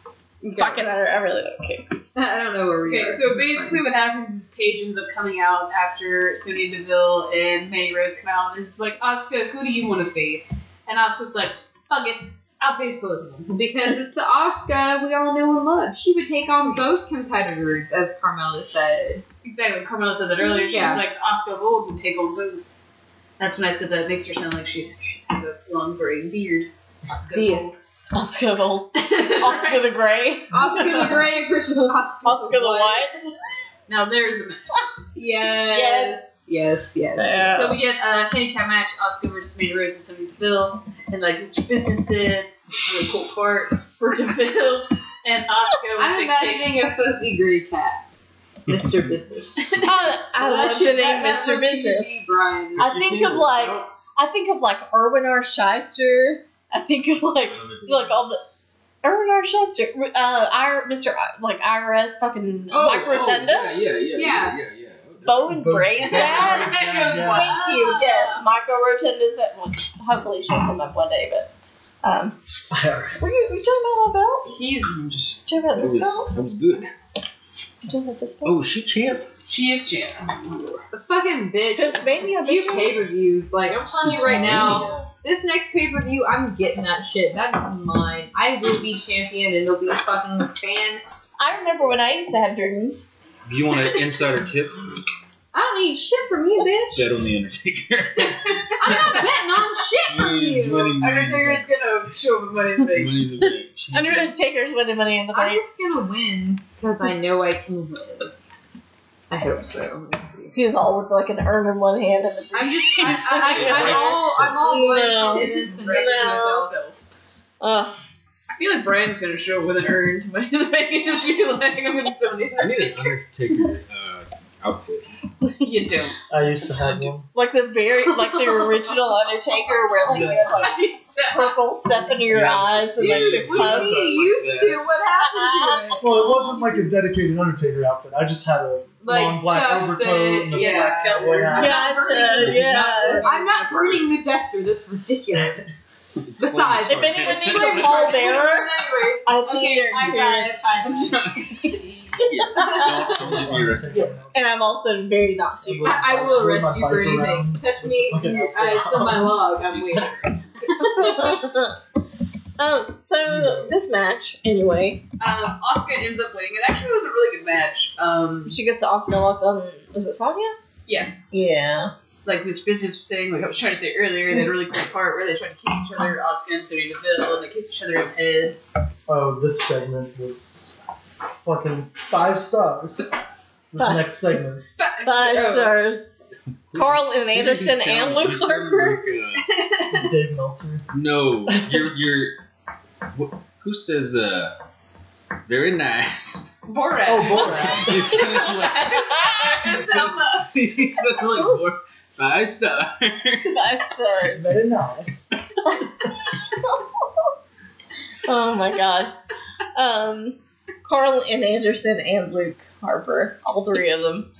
Speaker 4: I, don't- I really don't care.
Speaker 3: I don't know where we
Speaker 2: Okay,
Speaker 3: are.
Speaker 2: so basically what happens is Paige ends up coming out after Sonya Deville and Mandy Rose come out, and it's like, Oscar, who do you want to face? And Oscar's like, fuck it, I'll face both of them.
Speaker 3: because it's the Oscar we all know and love. She would take on both competitors, as Carmela said.
Speaker 2: Exactly, Carmela said that earlier. She was
Speaker 3: Yeah.
Speaker 2: like, Oscar Gold would take on both. That's when I said that it makes her sound like she should have a long gray beard. Oscar
Speaker 3: Yeah.
Speaker 2: Gold.
Speaker 4: Oscar Gold. Oscar the Grey.
Speaker 3: Oscar the Gray versus Oscar,
Speaker 4: Oscar the White.
Speaker 2: Now there's a match.
Speaker 3: Yes. Yes. Yes.
Speaker 4: Yeah.
Speaker 2: So we get a handicap match, Oscar versus Mandy Rose and Sonya Deville, and like Mr. Business said, really cool part for Deville and Oscar. would
Speaker 3: I'm
Speaker 2: take-
Speaker 3: imagining a fuzzy gray cat, Mr. Business.
Speaker 4: I, uh, I
Speaker 3: Well, that
Speaker 4: love the
Speaker 3: should-
Speaker 4: name
Speaker 3: that-
Speaker 4: Mr.
Speaker 3: that would
Speaker 4: Business.
Speaker 3: be Brian.
Speaker 4: I think of like I think of like Erwin R. Shyster. I think of like like all the Erwin R. Shyster, uh, I, Mr. I, like IRS fucking Mike Rotunda,
Speaker 1: Oh, Yeah, yeah, yeah,
Speaker 3: Oh, Yeah.
Speaker 1: yeah, yeah. yeah.
Speaker 4: Bo and
Speaker 5: Bo-
Speaker 4: Bray's dad.
Speaker 2: That goes
Speaker 5: Yeah.
Speaker 2: wild.
Speaker 4: Thank you. Yes, Michael Rotunda's. Well, hopefully she'll come up one day, but. Um, were you, were you talking about my belt?
Speaker 2: He's
Speaker 1: Just-
Speaker 4: Did you talk
Speaker 1: That
Speaker 4: about this belt?
Speaker 1: was, that was good.
Speaker 4: Did you talk about this belt?
Speaker 1: Oh, she champ.
Speaker 2: she is champ.
Speaker 3: The fucking bitch.
Speaker 4: Since maybe I'm
Speaker 3: You pay per views. Like, I'm telling you right
Speaker 1: Since
Speaker 3: now,
Speaker 4: Oh.
Speaker 3: this next pay per view, I'm getting that shit. That's mine. I will be champion and it'll be fucking fan.
Speaker 4: I remember when I used to have dreams.
Speaker 1: Do you want an insider tip?
Speaker 3: I don't need shit from you, bitch.
Speaker 1: Bet on the Undertaker.
Speaker 3: I'm not betting on shit from
Speaker 1: He's
Speaker 3: you.
Speaker 1: winning money in the
Speaker 2: Undertaker's gonna show him money
Speaker 1: bank.
Speaker 2: thing.
Speaker 1: Money in the bank. Champ.
Speaker 4: Undertaker's winning money in the
Speaker 3: I'm
Speaker 4: bank.
Speaker 3: just gonna win because I know I can win. I hope so. Let's see.
Speaker 4: He's all with like an urn in one hand and a
Speaker 3: I'm just, I, I, I, I'm all, I'm all
Speaker 4: No.
Speaker 3: one confidence and
Speaker 4: Right.
Speaker 3: making
Speaker 4: No.
Speaker 3: myself.
Speaker 4: Ugh.
Speaker 2: I feel like Brian's gonna show up with an urn to money in the bank and just be like, I'm gonna sell the
Speaker 1: I need an Undertaker uh, outfit.
Speaker 2: You don't.
Speaker 5: I used to have one.
Speaker 4: Like the very, like the original Undertaker, where like you have like purple stuff in Oh your
Speaker 1: Yeah,
Speaker 4: eyes and like the
Speaker 1: serious.
Speaker 3: What do
Speaker 4: cuffs.
Speaker 3: you mean you used to? What happened to it?
Speaker 5: Well, it wasn't like a dedicated Undertaker outfit. I just had a
Speaker 3: Like
Speaker 5: long black
Speaker 3: stuff
Speaker 5: overcoat
Speaker 3: that-
Speaker 5: and a
Speaker 3: yeah.
Speaker 5: black
Speaker 2: Desert.
Speaker 5: hat.
Speaker 4: Gotcha. Yeah.
Speaker 3: I'm not burning the duster. That's ridiculous. Besides,
Speaker 4: If anyone needs
Speaker 3: Wait,
Speaker 4: a pallbearer,
Speaker 3: Anyways,
Speaker 4: I think
Speaker 3: okay,
Speaker 4: you're
Speaker 3: I got it. Fine.
Speaker 1: Yes. Don't- don't be arrested.
Speaker 4: And I'm also very not serious.
Speaker 3: I, I will
Speaker 5: Move my
Speaker 3: arrest you for
Speaker 5: bike
Speaker 3: anything.
Speaker 5: around.
Speaker 3: Touch me.
Speaker 5: Okay.
Speaker 3: you- uh, it's in my log. I'm
Speaker 1: Jesus
Speaker 3: waiting.
Speaker 1: Christ.
Speaker 4: um, so this match, anyway,
Speaker 2: Um, Oscar ends up winning. It actually was a really good match. Um,
Speaker 4: she gets the Oscar lock on. Is it Sonya?
Speaker 2: Yeah.
Speaker 4: Yeah.
Speaker 2: like Miss Business was saying, like I was trying to say earlier, that really cool part where they tried to kick each other, Oscar and Sonya Deville, and they kicked each other in the head.
Speaker 5: Oh, this segment was fucking five stars. This
Speaker 4: Five.
Speaker 5: next segment.
Speaker 2: Five
Speaker 4: Five
Speaker 2: stars.
Speaker 4: stars. Carl and Anderson and
Speaker 1: You
Speaker 4: Luke
Speaker 1: sound like-
Speaker 4: Harper.
Speaker 1: you sound like,
Speaker 5: Dave Meltzer.
Speaker 1: uh, No, you're you're. wh- Who says uh? Very nice.
Speaker 2: Borat.
Speaker 5: Oh, Borat.
Speaker 1: You sound like
Speaker 2: Selma.
Speaker 1: you sound like Bor- five star.
Speaker 4: Five stars.
Speaker 5: Very nice.
Speaker 4: Oh my god. Um, Carl and Anderson and Luke Harper, all three of them,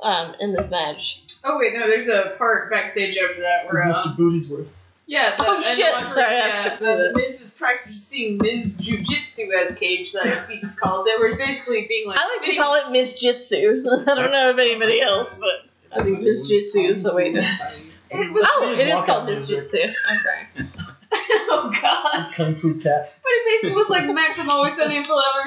Speaker 4: um, in this match.
Speaker 2: Oh wait, no, there's a part backstage after that where
Speaker 5: Mr.
Speaker 2: um,
Speaker 5: Bootiesworth.
Speaker 2: yeah, the,
Speaker 4: Oh,
Speaker 2: and
Speaker 4: shit,
Speaker 2: Andre-
Speaker 4: sorry, I
Speaker 2: yeah,
Speaker 4: skipped over
Speaker 2: uh, Miz is practicing Miz Jujitsu as Cage like, Stevens calls it, where it's basically being like.
Speaker 4: I like to call it Miss Jitsu. I don't know of anybody else, but I think Miss Jitsu is the way to.
Speaker 2: It was,
Speaker 4: Oh, it is
Speaker 5: Walk
Speaker 4: called
Speaker 5: on
Speaker 4: Miss
Speaker 5: music.
Speaker 4: Jitsu. Okay.
Speaker 2: oh god!
Speaker 5: Kung Fu Cat.
Speaker 2: But it basically looks like Mac from Always Sunny in Philadelphia.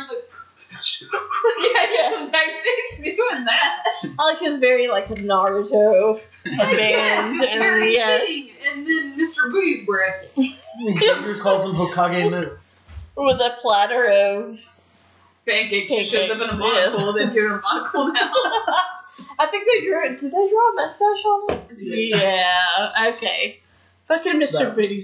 Speaker 2: It's like, yeah, he's just backstage doing that.
Speaker 4: I like his very like Naruto
Speaker 2: Like, yes,
Speaker 4: band
Speaker 2: it's
Speaker 4: and
Speaker 2: very
Speaker 4: yes,
Speaker 2: fitting. And then Mr. Booty's worth.
Speaker 5: Xavier calls him Hokage Miss.
Speaker 4: with a platter of.
Speaker 2: Pancake she shows up in a
Speaker 4: Pancakes,
Speaker 2: monocle.
Speaker 4: yes.
Speaker 2: They give her a monocle now.
Speaker 4: I think they drew. Did they draw a mustache on it? Yeah. Okay. Fucking Mr.
Speaker 5: That-
Speaker 4: Booty.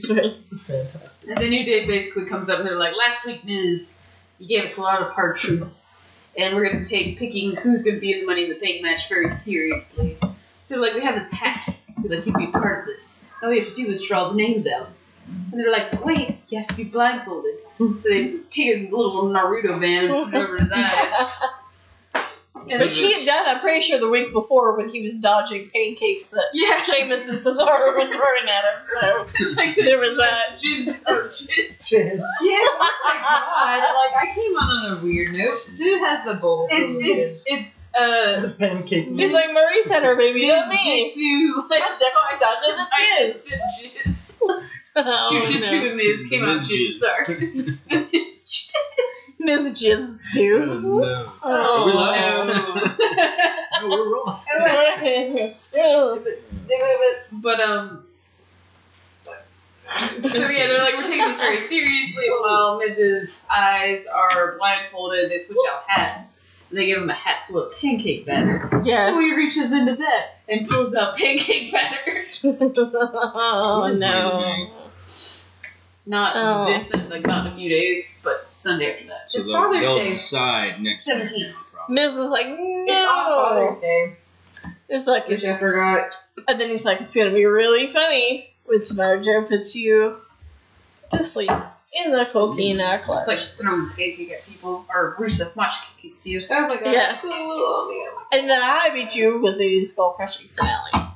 Speaker 5: Fantastic.
Speaker 2: And the new day basically comes up and they're like, last week, Miz, you gave us a lot of hard truths, and we're going to take picking who's going to be in the Money in the Bank match very seriously. So they're like, we have this hat. They're like, you'd be part of this. All we have to do is draw the names out. And they're like, but wait, you have to be blindfolded. So they take his little Naruto band and put it over his eyes. And
Speaker 4: Which he had done, I'm pretty sure, the week before when he was dodging pancakes that
Speaker 2: yeah,
Speaker 4: Seamus and Cesaro were throwing at him. So
Speaker 2: like,
Speaker 4: There was that.
Speaker 2: Jizz, or jizz.
Speaker 5: Cheers.
Speaker 3: Yeah, oh my god. Like, I came on on a weird note. Who has a bowl?
Speaker 2: It's, it's, it's, uh,
Speaker 5: The pancake
Speaker 4: he's
Speaker 5: Miss.
Speaker 4: like, Marie said her baby,
Speaker 2: Miss
Speaker 4: not me.
Speaker 2: Jitsu, like,
Speaker 4: That's definitely
Speaker 2: so I just
Speaker 4: dodging the
Speaker 2: reminded
Speaker 4: jizz.
Speaker 2: the jizz.
Speaker 4: Oh,
Speaker 2: Choo choo
Speaker 4: no.
Speaker 2: choo and Miz came out jizz, sorry. Miz
Speaker 4: Miss Jizz do.
Speaker 1: no.
Speaker 2: Oh,
Speaker 1: Are we live?
Speaker 2: no.
Speaker 5: No, we're rolling.
Speaker 2: but um so yeah, they're like, we're taking this very seriously. While Miz's eyes are blindfolded, they switch out hats. And they give him a hat full of pancake batter. So
Speaker 4: yes.
Speaker 2: he reaches into that and pulls out pancake batter.
Speaker 4: oh no.
Speaker 2: Not
Speaker 4: Oh.
Speaker 2: this, like not in a few days, but Sunday after that.
Speaker 1: So
Speaker 3: It's
Speaker 1: they'll-
Speaker 3: Father's
Speaker 1: they'll
Speaker 3: Day.
Speaker 1: decide next week.
Speaker 2: 17th.
Speaker 1: Probably.
Speaker 4: Miz is like,
Speaker 3: It's on
Speaker 4: no.
Speaker 3: Father's Day,
Speaker 4: It's like,
Speaker 3: which
Speaker 4: it's,
Speaker 3: I forgot.
Speaker 4: and then he's like, it's gonna be really funny when Smojo puts you to sleep in the coquina clutch.
Speaker 2: It's like throwing pancake at people, or Rusev Machka kicks you.
Speaker 3: Oh my god.
Speaker 4: Yeah.
Speaker 3: Oh, oh
Speaker 4: and then I beat you with the skull crushing finale.
Speaker 3: my god.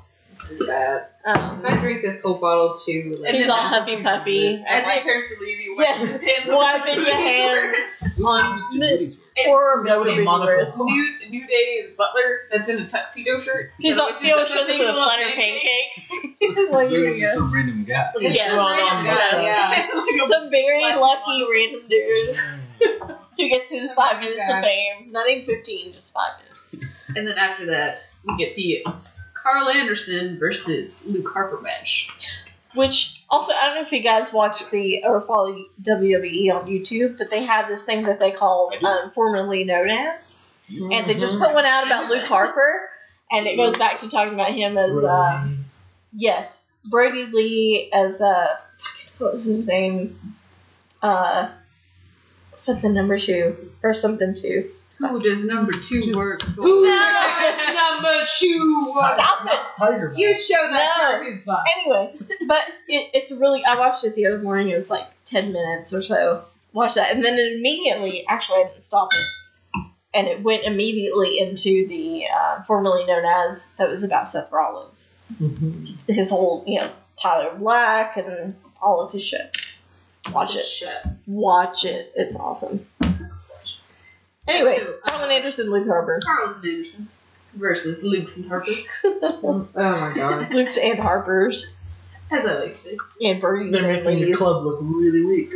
Speaker 3: Bad.
Speaker 4: Um,
Speaker 3: If I drink this whole bottle too, like,
Speaker 4: He's all huffy puffy.
Speaker 2: As he turns to leave, he wipes his
Speaker 4: Yes,
Speaker 2: hands
Speaker 4: wiping the hand on
Speaker 1: Mr. Booty's worth.
Speaker 4: or
Speaker 5: Mr.
Speaker 4: Mr.
Speaker 5: Monocle.
Speaker 4: Bootyworth.
Speaker 2: New, New Day is Butler that's in a tuxedo shirt.
Speaker 4: He's
Speaker 2: That
Speaker 4: all
Speaker 2: always
Speaker 4: he always
Speaker 2: does that
Speaker 4: shows up
Speaker 2: thing
Speaker 4: with a
Speaker 2: full of
Speaker 4: platter of
Speaker 2: pancakes.
Speaker 4: pancakes. like,
Speaker 1: So this
Speaker 4: yeah.
Speaker 1: is some random guy.
Speaker 3: It's
Speaker 4: Yes.
Speaker 3: just random guy, yeah.
Speaker 2: Like a-
Speaker 4: Some very
Speaker 2: Bless
Speaker 4: lucky
Speaker 2: you.
Speaker 4: random dude who gets
Speaker 2: Oh
Speaker 4: his five minutes of
Speaker 3: Okay.
Speaker 4: fame. Not even 15, just five minutes.
Speaker 2: and then after that, we get the Carl Anderson versus Luke Harper match.
Speaker 4: Which, also, I don't know if you guys watch the or follow WWE on YouTube, but they have this thing that they call
Speaker 1: I do.
Speaker 4: um, formerly known as. And they just
Speaker 5: Mhm.
Speaker 4: put one out about Luke Harper, and it goes back to talking about him as. Uh,
Speaker 5: Rolling.
Speaker 4: Yes, Brody Lee as uh, what was his name? Uh, something number two or something two.
Speaker 2: Who does number two work for?
Speaker 4: Ooh,
Speaker 3: No, it's number two.
Speaker 4: Stop it!
Speaker 5: Tiger.
Speaker 3: You show that
Speaker 4: No.
Speaker 3: no. who's butt.
Speaker 4: Anyway, but it, it's really. I watched it the other morning. It was like ten minutes or so. Watch that, and then it immediately. Actually, I didn't stop it, and it went immediately into the uh, formerly known as that was about Seth Rollins,
Speaker 5: Mhm.
Speaker 4: his whole you know Tyler Black and all of his shit. Watch it.
Speaker 2: Shut.
Speaker 4: Watch it. It's awesome. Anyway,
Speaker 2: So, uh,
Speaker 4: Colin Anderson, Luke Harper.
Speaker 2: Carl's and Anderson versus Luke's and Harper, Um,
Speaker 3: Oh my god.
Speaker 4: Luke's and Harper's.
Speaker 2: as I like to say.
Speaker 4: And Birdie's
Speaker 5: They're
Speaker 4: and
Speaker 5: making your
Speaker 4: Lee's.
Speaker 5: club look really weak.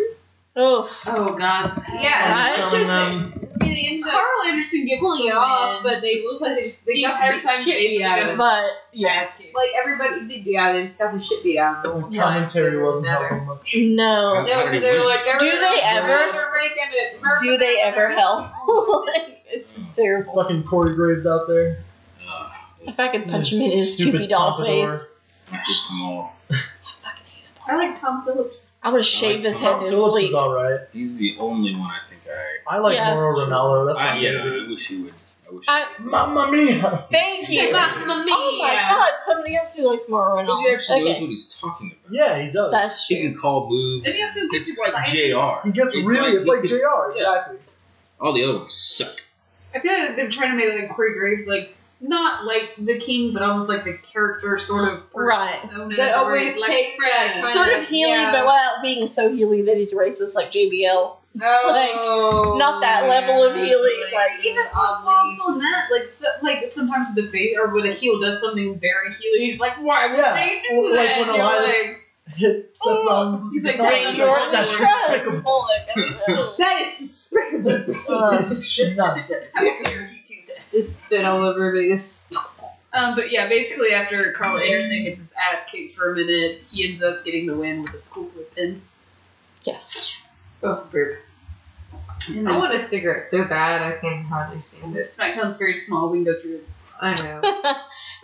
Speaker 4: Oh,
Speaker 2: Oh God.
Speaker 3: Yeah,
Speaker 4: I
Speaker 3: it's
Speaker 5: Selling
Speaker 3: just,
Speaker 5: them.
Speaker 3: it ends up
Speaker 2: Carl Anderson gets
Speaker 3: pulling
Speaker 2: the
Speaker 3: it off,
Speaker 2: win.
Speaker 3: but they look like they, just- they
Speaker 2: The
Speaker 3: got
Speaker 2: entire
Speaker 3: the
Speaker 2: time
Speaker 3: shit
Speaker 2: Jason
Speaker 3: beat out of
Speaker 2: goes-
Speaker 3: them.
Speaker 4: but yeah.
Speaker 2: Ass kick.
Speaker 3: Like everybody, did, yeah, they just got the shit beat out of
Speaker 5: The
Speaker 3: them.
Speaker 5: commentary wasn't helping much.
Speaker 4: No.
Speaker 3: No,
Speaker 1: How did he
Speaker 3: they're
Speaker 1: win?
Speaker 3: like,
Speaker 4: Do
Speaker 3: everyone
Speaker 4: they
Speaker 3: else,
Speaker 4: ever-
Speaker 3: They're making it. murder,
Speaker 4: Do they ever
Speaker 3: murder.
Speaker 4: help? like, it's just terrible.
Speaker 5: Fucking Corey Graves out there.
Speaker 1: Uh,
Speaker 4: If I could punch him in his
Speaker 5: Stupid
Speaker 4: stupid doll
Speaker 5: pompadour.
Speaker 4: face.
Speaker 1: I did them all.
Speaker 2: I like Tom Phillips.
Speaker 4: I would have shaved his head
Speaker 5: Tom
Speaker 4: to
Speaker 5: Phillips is
Speaker 4: sleep.
Speaker 5: alright.
Speaker 1: He's the only one I think I.
Speaker 5: I like
Speaker 4: Yeah.
Speaker 5: Mauro Ronaldo. That's my
Speaker 1: I Uh, yeah,
Speaker 5: favorite.
Speaker 1: I wish he would. I I wish.
Speaker 4: I-
Speaker 5: Mamma mia!
Speaker 4: Thank you.
Speaker 3: Mamma mia.
Speaker 4: Oh my god, somebody else who likes Moro and all.
Speaker 1: Because he actually knows
Speaker 4: Okay,
Speaker 1: what he's talking about.
Speaker 5: Yeah, he does.
Speaker 4: that's
Speaker 1: He can
Speaker 4: true.
Speaker 1: call moves.
Speaker 2: Maybe that's who gets
Speaker 1: It's like
Speaker 2: excited.
Speaker 1: JR.
Speaker 5: he gets
Speaker 1: It's
Speaker 5: really.
Speaker 1: like-
Speaker 5: it's like Jr. Exactly.
Speaker 1: All the other ones suck.
Speaker 2: I feel like they're trying to make like Corey Graves like not like the king, but almost like the character sort of
Speaker 4: Right.
Speaker 2: persona
Speaker 3: That always
Speaker 2: where he's, like
Speaker 3: takes that
Speaker 2: Fred.
Speaker 3: kind
Speaker 4: Sort of Healy,
Speaker 3: Yeah.
Speaker 4: but without being so Healy that he's racist like JBL.
Speaker 3: Oh,
Speaker 4: not that level of healing, like,
Speaker 2: Even
Speaker 3: oddly.
Speaker 2: also in that, like so, like sometimes with the face or when a heel does something very healy, he's like, why would
Speaker 5: Yeah.
Speaker 2: they do
Speaker 5: Well,
Speaker 2: that?
Speaker 5: Like when
Speaker 2: And you're
Speaker 5: Elias hit Seth
Speaker 4: Oh.
Speaker 5: Rollins.
Speaker 2: He's like,
Speaker 5: That's
Speaker 2: "Bring your
Speaker 5: like, that's
Speaker 2: own
Speaker 5: despicable.
Speaker 4: Oh, like,
Speaker 3: That is despicable.
Speaker 5: Uh, she's not dead.
Speaker 2: How dare he do that?
Speaker 3: Just spit all over Vegas.
Speaker 2: Um, but yeah, basically after Carl Anderson gets his ass kicked for a minute, he ends up getting the win with a school whip in.
Speaker 4: Yes.
Speaker 2: Oh, burp. And
Speaker 3: I
Speaker 2: then
Speaker 3: want a cigarette so bad I can't hardly stand it.
Speaker 2: SmackDown's very small. We can go through
Speaker 3: I know.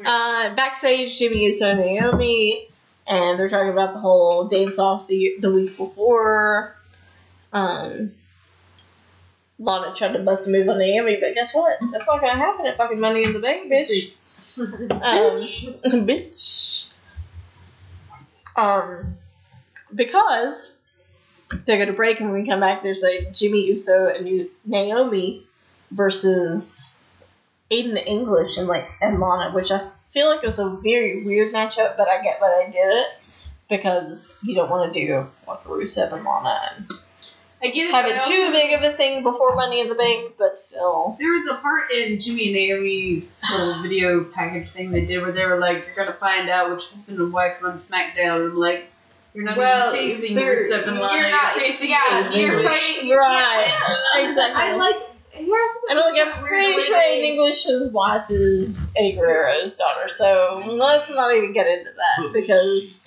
Speaker 4: Uh, backstage, Jimmy Uso and Naomi, and they're talking about the whole dance off the the week before. Um, Lana tried to bust a move on Naomi, but guess what? That's not gonna happen at fucking Money in the Bank, bitch. Um, bitch. Um, because they're gonna break and when we come back, there's like Jimmy Uso and you- Naomi versus Aiden English and like and Lana, which I feel like was a very weird matchup, but I get why they did it because you don't want to do like Rusev and Lana and
Speaker 2: I get it.
Speaker 4: have
Speaker 2: but
Speaker 4: it
Speaker 2: also-
Speaker 4: too big of a thing before Money in the Bank, but still.
Speaker 2: There was a part in Jimmy and Naomi's little video package thing they did where they were like, "You're gonna find out which husband and wife on SmackDown." And I'm like, "You're not
Speaker 3: well,
Speaker 2: even facing
Speaker 3: they're-
Speaker 2: Rusev and Lana.
Speaker 3: You're, not,
Speaker 2: facing
Speaker 3: yeah,
Speaker 2: Aiden
Speaker 3: you're
Speaker 2: English."
Speaker 3: fighting.
Speaker 4: Right.
Speaker 3: Yeah.
Speaker 4: Exactly.
Speaker 3: I like. Yeah,
Speaker 4: And like I'm
Speaker 3: Weird
Speaker 4: pretty
Speaker 3: way
Speaker 4: sure Aiden
Speaker 3: they-
Speaker 4: English's wife is Eddie Guerrero's daughter, so let's not even get into that because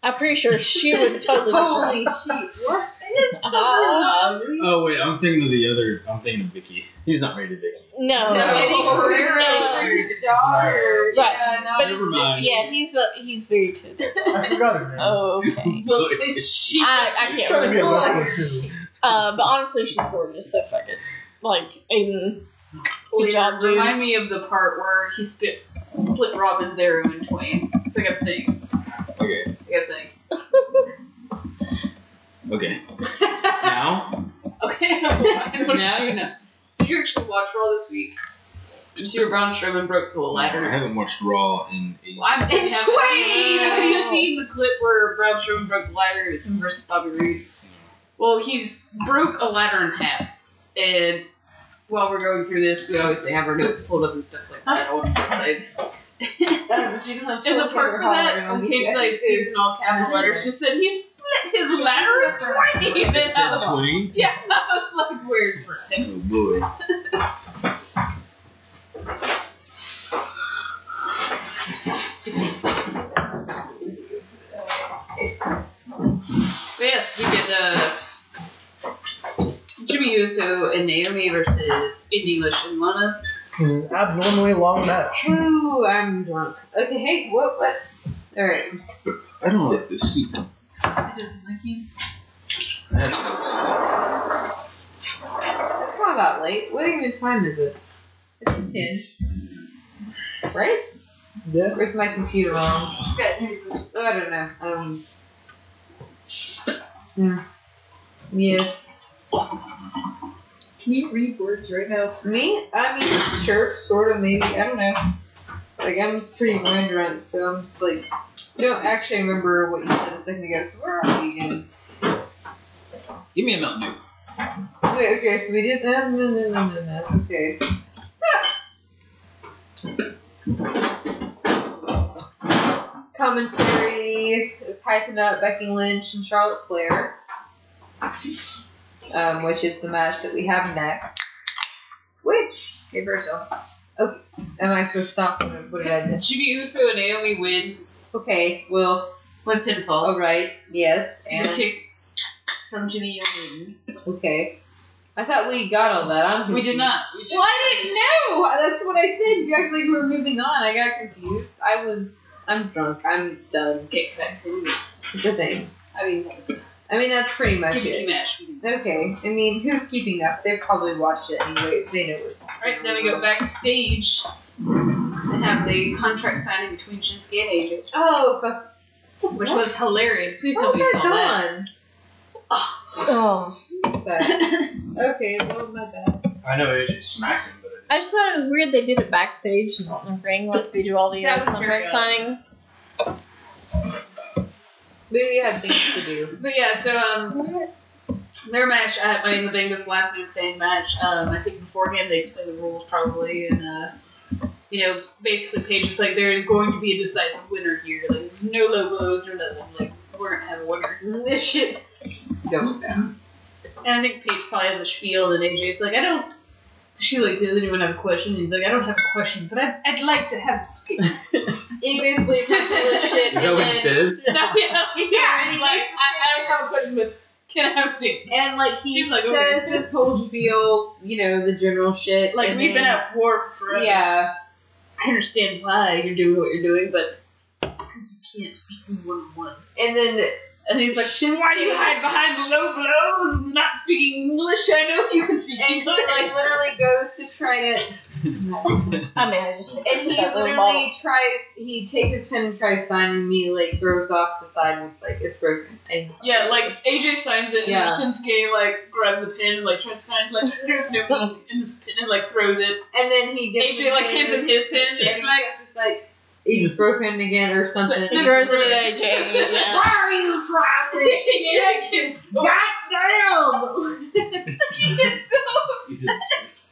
Speaker 4: I'm pretty sure she would totally.
Speaker 3: Holy shit! What?
Speaker 2: His stuff is
Speaker 4: Uh,
Speaker 2: not really-
Speaker 1: Oh wait, I'm thinking of the other. I'm thinking of Vicky. He's not married to Vicky.
Speaker 4: No,
Speaker 3: No, Eddie Guerrero's
Speaker 4: No.
Speaker 3: her daughter.
Speaker 4: Right.
Speaker 3: Yeah, no,
Speaker 4: But
Speaker 1: Never
Speaker 4: it's-
Speaker 1: mind.
Speaker 4: yeah, he's a, he's very to
Speaker 5: I forgot her name.
Speaker 4: Okay.
Speaker 2: Look at she.
Speaker 4: I, I
Speaker 5: She's
Speaker 4: can't
Speaker 5: trying to be a
Speaker 4: remember.
Speaker 5: wrestler too.
Speaker 4: Uh, but honestly, she's gorgeous, so fuck it. Like, Aiden, good
Speaker 2: Later,
Speaker 4: job, dude.
Speaker 2: Remind me of the part where he spit, split Robin's arrow in twain. It's like a thing.
Speaker 1: Okay.
Speaker 2: Like a thing.
Speaker 1: Okay. Now,
Speaker 2: Okay.
Speaker 3: Now
Speaker 2: now you know. Did you actually watch Raw this week? Did you see where Braun Strowman broke the ladder?
Speaker 1: I haven't watched Raw in. A,
Speaker 2: I'm so
Speaker 3: It's
Speaker 2: happy. Have you, seen, have you
Speaker 4: twenty.
Speaker 2: seen the clip where Braun Strowman broke the ladder? It was him versus Bobby Roode. Well, he's broke a ladder in half. And while we're going through this, we obviously have our notes pulled up and stuff like that on websites. In the part for that, on Cage Side sees in all capital letters, just said he split his ladder in twain. And I was-
Speaker 1: Twenty.
Speaker 2: yeah, I was like, where's Brian?
Speaker 1: Oh boy.
Speaker 2: But yes, we get uh, Jimmy Uso and Naomi versus Aiden English and Lana.
Speaker 5: An abnormally long match.
Speaker 3: Ooh, I'm drunk. Okay, hey, what, what? All right.
Speaker 1: I don't like this soup.
Speaker 2: It doesn't like you.
Speaker 3: It's not that late. What even time is it? It's ten. Right?
Speaker 5: Yeah.
Speaker 3: Where's my computer on?
Speaker 2: Okay.
Speaker 3: Oh, I don't know. Um, I don't. Yeah. Yes.
Speaker 2: Can you read words right now?
Speaker 3: Me? I mean, sure, sort of, maybe. I don't know. Like, I'm just pretty mind drunk, so I'm just like, don't actually remember what you said a second ago. So where are we again?
Speaker 1: Give me a Mountain Dew.
Speaker 3: Wait, okay, so we did. No, no, no, no, no, no. Okay. Commentary is hyping up Becky Lynch and Charlotte Flair, um, which is the match that we have next. Which? Hey, Virgil. Okay. Am I supposed to stop? What what did I do?
Speaker 2: Jimmy Uso and Naomi win
Speaker 3: Okay, well,
Speaker 2: with pinfall.
Speaker 3: alright, yes.
Speaker 2: Super
Speaker 3: And,
Speaker 2: kick from Jimmy Uso.
Speaker 3: okay. I thought we got all that. I'm
Speaker 2: We did
Speaker 3: confused.
Speaker 2: not. We just,
Speaker 3: Well, I didn't know. That's what I said. You act like we're moving on. I got confused. I was. I'm drunk. I'm done.
Speaker 2: Okay, come back.
Speaker 3: It's a thing.
Speaker 2: I mean, that was-
Speaker 3: I mean, that's pretty much
Speaker 2: Give me
Speaker 3: it.
Speaker 2: match.
Speaker 3: Okay, I mean, who's keeping up? They've probably watched it anyways. They know what's happening.
Speaker 2: Alright, then we go backstage and have the contract signing between Shinsuke and AJ,
Speaker 3: Oh, fuck.
Speaker 2: which was hilarious. Please
Speaker 3: Oh,
Speaker 2: don't be
Speaker 3: they're
Speaker 2: so mad.
Speaker 3: gone.
Speaker 4: Oh.
Speaker 3: What's that?
Speaker 4: I
Speaker 3: Okay, well, my bad.
Speaker 1: I know AJ smacked him, but I
Speaker 4: just thought it was weird they did it backstage, not in the ring, like they do all the
Speaker 2: That
Speaker 4: other
Speaker 2: was very
Speaker 4: contract signings.
Speaker 3: Maybe I had things to do.
Speaker 2: But yeah, so um, their match at Money in the Bank was last man standing match. Um, I think beforehand they explained the rules probably, and uh, you know, basically Paige is like, there is going to be a decisive winner here. Like, there's no logos or nothing. Like, we're gonna have a winner.
Speaker 3: This shit's going down.
Speaker 2: And I think Paige probably has a spiel, and AJ's like, I don't. She's like, does anyone have a question? He's like, I don't have a question, but I'd, I'd like to have a spiel.
Speaker 3: He basically took all this
Speaker 1: did. Is
Speaker 3: shit
Speaker 1: that
Speaker 3: and
Speaker 1: what
Speaker 3: then,
Speaker 1: he
Speaker 2: yeah,
Speaker 1: says?
Speaker 3: I mean,
Speaker 2: he's like, I, I don't have a question, but can I have a spiel?
Speaker 3: and like he
Speaker 2: She's like,
Speaker 3: says
Speaker 2: okay.
Speaker 3: this whole spiel, you know, the general shit.
Speaker 2: Like,
Speaker 3: and
Speaker 2: we've been
Speaker 3: then-
Speaker 2: at war forever.
Speaker 3: Yeah,
Speaker 2: I understand why you're doing what you're doing, but it's because you can't beat me one on one.
Speaker 3: and then
Speaker 2: And he's like,
Speaker 3: Shinsuke-
Speaker 2: why do you hide behind low blows and not speaking English? I know you can speak
Speaker 3: and he
Speaker 2: English.
Speaker 3: like literally goes to try to,
Speaker 4: I mean, I just
Speaker 3: and he literally tries. He takes his pen and tries signing me, like throws off the side and is like it's broken. And
Speaker 2: yeah, like AJ signs it, and
Speaker 3: Yeah.
Speaker 2: Shinsuke like grabs a pen and like tries to sign. He's like, "There's no ink in this pen," and like throws it.
Speaker 3: and then he gets
Speaker 2: AJ like hands him his pen.
Speaker 3: and
Speaker 2: And it's
Speaker 3: he
Speaker 2: like,
Speaker 3: gets this, like he's broken again or something.
Speaker 2: This
Speaker 4: throws
Speaker 2: is
Speaker 4: it
Speaker 2: brilliant.
Speaker 4: at AJ, yeah.
Speaker 3: Why are you dropping this shit?
Speaker 2: AJ gets so,
Speaker 3: Goddamn!
Speaker 2: he gets so
Speaker 1: He's
Speaker 2: upset.
Speaker 1: a-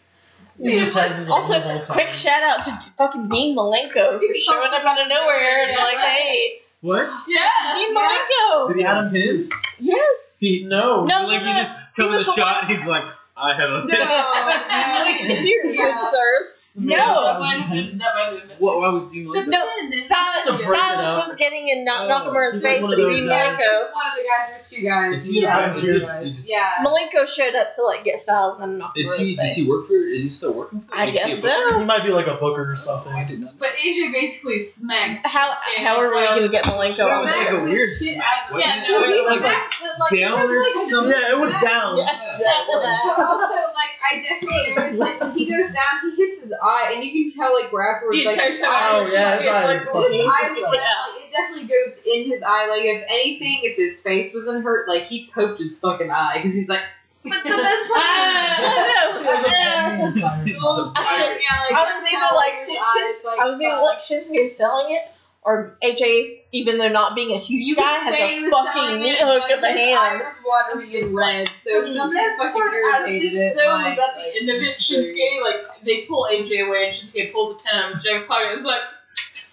Speaker 5: He just has his
Speaker 4: also,
Speaker 5: whole time.
Speaker 4: quick shout out to fucking Dean Malenko for showing up out of nowhere and like, hey,
Speaker 5: What?
Speaker 2: Yeah.
Speaker 4: Dean
Speaker 3: Yeah.
Speaker 4: Malenko.
Speaker 5: Did he have him his?
Speaker 4: Yes.
Speaker 5: He no.
Speaker 4: No,
Speaker 1: like
Speaker 4: no,
Speaker 1: he
Speaker 4: no.
Speaker 1: just come
Speaker 4: He
Speaker 1: with a
Speaker 4: was the
Speaker 1: shot. He's like, I have a.
Speaker 3: No,
Speaker 4: Like,
Speaker 3: no.
Speaker 4: here,
Speaker 3: Yeah.
Speaker 4: good sirs.
Speaker 2: That
Speaker 4: No.
Speaker 2: might have been. That might have been.
Speaker 1: What? Why was Dean? Like that?
Speaker 4: No,
Speaker 5: to
Speaker 4: Styles,
Speaker 5: break it
Speaker 4: Styles
Speaker 5: up.
Speaker 4: was getting in
Speaker 5: Oh,
Speaker 4: knock Nakamura's
Speaker 5: he's like
Speaker 4: face
Speaker 5: one
Speaker 4: and
Speaker 5: of those
Speaker 4: Dean
Speaker 5: guys.
Speaker 4: Malenko.
Speaker 3: One of the guys was two guys.
Speaker 5: Is he
Speaker 3: yeah.
Speaker 5: out
Speaker 1: Is
Speaker 5: here?
Speaker 1: this- is this-
Speaker 3: yeah.
Speaker 4: Malenko showed up to like get Styles and
Speaker 1: Is
Speaker 4: Nakamura's
Speaker 1: he? Does
Speaker 4: face.
Speaker 1: he work for? Is he still working? For,
Speaker 4: I
Speaker 1: is he a
Speaker 4: guess
Speaker 1: booker?
Speaker 4: so.
Speaker 5: He might be like a booker or
Speaker 1: Oh, I
Speaker 5: something.
Speaker 1: did not. know.
Speaker 2: But AJ basically smacks.
Speaker 4: How,
Speaker 2: Shinsuke,
Speaker 4: how are
Speaker 2: that's
Speaker 4: we
Speaker 2: why
Speaker 4: gonna get Malenko
Speaker 1: That
Speaker 4: on
Speaker 1: was
Speaker 4: here?
Speaker 1: like a
Speaker 3: Exactly.
Speaker 1: weird
Speaker 3: Shit,
Speaker 1: smack.
Speaker 2: I-
Speaker 1: wasn't
Speaker 2: yeah,
Speaker 1: it?
Speaker 2: no, it
Speaker 1: Like a-
Speaker 2: was
Speaker 1: like down or something?
Speaker 5: Yeah, it was down.
Speaker 4: Yeah.
Speaker 5: it was.
Speaker 3: So Uh, also, like, I definitely noticed, like, when he goes down, he hits his eye, and you can tell, like, right afterwards,
Speaker 2: The
Speaker 3: like,
Speaker 2: entire
Speaker 3: his
Speaker 2: time
Speaker 3: eye-
Speaker 2: I
Speaker 5: Oh,
Speaker 2: was
Speaker 5: yeah,
Speaker 2: just
Speaker 5: that's
Speaker 2: like,
Speaker 5: why
Speaker 2: it's
Speaker 5: it's
Speaker 2: like,
Speaker 3: his eyes
Speaker 2: Yeah.
Speaker 3: went out. Like, it definitely goes in his eye. Like, if anything, if his face wasn't hurt, like, he poked his fucking eye, because he's like,
Speaker 2: But the best part
Speaker 4: Ah, I don't know.
Speaker 5: a fucking entire-
Speaker 2: Oh,
Speaker 3: yeah, like,
Speaker 4: I was
Speaker 3: that's
Speaker 4: either,
Speaker 3: how
Speaker 4: like,
Speaker 3: his
Speaker 4: shit-
Speaker 3: eyes, like,
Speaker 4: I was either like Shinsuke selling it, or AJ, even though not being a huge
Speaker 3: you
Speaker 4: guy,
Speaker 3: could
Speaker 4: has
Speaker 3: say he
Speaker 4: a
Speaker 3: was
Speaker 4: fucking
Speaker 3: selling
Speaker 4: meat
Speaker 3: it,
Speaker 4: hook
Speaker 3: but
Speaker 4: in the
Speaker 3: his eye
Speaker 4: hand.
Speaker 3: was watering and red, so
Speaker 2: the
Speaker 3: something
Speaker 2: best
Speaker 3: fucking
Speaker 2: part out of this
Speaker 3: irritated it.
Speaker 2: though
Speaker 3: like,
Speaker 2: was at the
Speaker 3: like,
Speaker 2: end of it, Shinsuke like they pull AJ away and Shinsuke pulls a pen out of his jacket pocket. It's like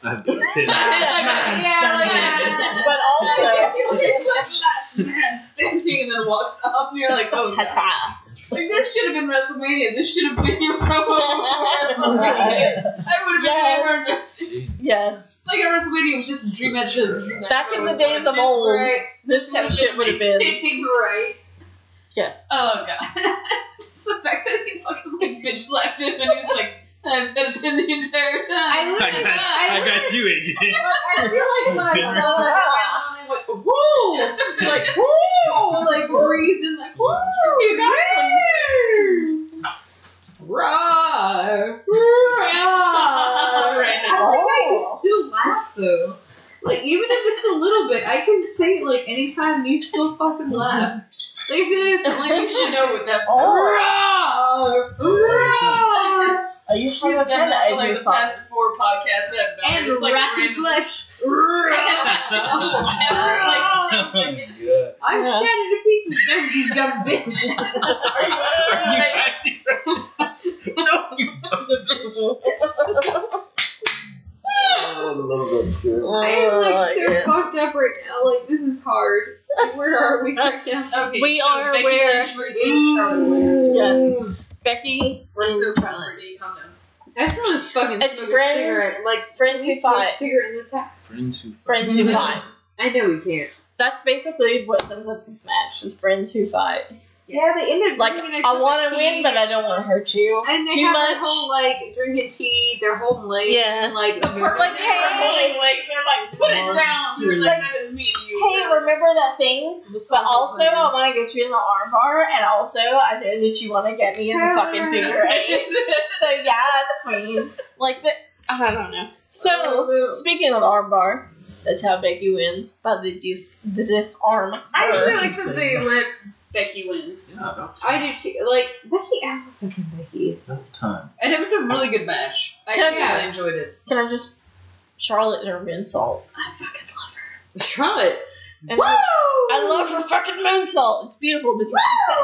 Speaker 1: I've got
Speaker 2: it's
Speaker 1: it.
Speaker 2: like
Speaker 3: Yeah, like,
Speaker 2: Yeah.
Speaker 4: But also,
Speaker 2: it's like last man standing and then walks up and you're like, oh yeah.
Speaker 4: ta-ta.
Speaker 2: like this should have been WrestleMania. This should have been your promo before WrestleMania. I would have been
Speaker 4: Yes.
Speaker 2: more invested.
Speaker 1: Jeez.
Speaker 4: Yes,
Speaker 2: Like at WrestleMania, it was just a dream match. of the Dream match
Speaker 4: Back
Speaker 2: but
Speaker 4: in
Speaker 2: it was
Speaker 4: the days
Speaker 2: like,
Speaker 4: of
Speaker 2: this-
Speaker 4: old.
Speaker 3: Right,
Speaker 4: this kind of shit would have been.
Speaker 3: right.
Speaker 4: Yes.
Speaker 2: Oh god. Just the fact that he fucking like bitch slapped him and he's like, I've been pinned the entire
Speaker 3: I
Speaker 2: time.
Speaker 1: I
Speaker 3: literally,
Speaker 1: got, I got you, AJ.
Speaker 3: I feel like when I saw that, I was like, woo, like woo, like breathe and like woo,
Speaker 2: You got him.
Speaker 3: raw.
Speaker 2: Stop right now.
Speaker 3: I think I can still laugh though. Like even if it's a little bit, I can say it like anytime you still fucking laugh. Like this, I'm
Speaker 2: Like you
Speaker 3: like
Speaker 2: should know what that's
Speaker 4: Oh.
Speaker 3: raw, raw,
Speaker 4: Are you
Speaker 2: She's done that for like the past four podcasts that I've done.
Speaker 3: and
Speaker 2: Just, like,
Speaker 3: ratty
Speaker 2: random-
Speaker 3: flesh.
Speaker 2: Just whatever, like,
Speaker 1: Oh my
Speaker 2: random things.
Speaker 1: god.
Speaker 3: I'm
Speaker 4: Yeah.
Speaker 3: shattered to pieces, no, you dumb bitch.
Speaker 1: Are you, are you guys- No, you don't.
Speaker 3: I am
Speaker 4: Oh,
Speaker 3: like so fucked up right now. Like this is hard. Like, where are we right now?
Speaker 2: Okay,
Speaker 4: We
Speaker 2: so
Speaker 4: are
Speaker 2: Becky
Speaker 4: where-
Speaker 2: Lynch versus Charlotte Flair.
Speaker 4: Yes. Becky,
Speaker 2: We're so proud of you, calm down.
Speaker 3: I smell this fucking
Speaker 4: It's
Speaker 3: smoking
Speaker 4: friends.
Speaker 3: cigarette. Like
Speaker 4: friends
Speaker 3: we
Speaker 4: who
Speaker 3: smoke
Speaker 4: fought.
Speaker 3: cigarette in this house.
Speaker 1: Friends who
Speaker 4: Friends
Speaker 3: Mm-hmm.
Speaker 4: who fight.
Speaker 3: I know we can't.
Speaker 4: That's basically what sums up this match: is friends who fight.
Speaker 3: Yeah, they ended
Speaker 4: Like
Speaker 3: drinking a
Speaker 4: I
Speaker 3: cup of
Speaker 4: want to
Speaker 3: tea,
Speaker 4: win, but I don't want to hurt you
Speaker 3: and they
Speaker 4: too
Speaker 3: have
Speaker 4: much.
Speaker 3: their whole like drinking tea, their whole legs,
Speaker 4: Yeah.
Speaker 3: and, like
Speaker 2: The part like,
Speaker 4: Like,
Speaker 2: hey,
Speaker 4: hey.
Speaker 2: holding legs, they're like, put it down. You're like, that is me and you.
Speaker 4: Hey, you remember that thing. But also, I want to get you in the armbar, and also, I know that you want to get me in the fucking figure eight. So yes, queen. Like the I don't know. So speaking of armbar, that's how Becky wins by the dis the disarm.
Speaker 2: I actually
Speaker 4: her.
Speaker 2: like that they let Becky win.
Speaker 3: I do too. Like Becky, I love fucking Becky.
Speaker 5: That time.
Speaker 2: And it was a really good match. I
Speaker 4: Yeah.
Speaker 2: actually enjoyed it.
Speaker 4: Can I just Charlotte and her moonsault?
Speaker 2: I fucking love her.
Speaker 3: Charlotte.
Speaker 4: And
Speaker 3: Woo!
Speaker 4: I love her fucking moonsault. It's beautiful because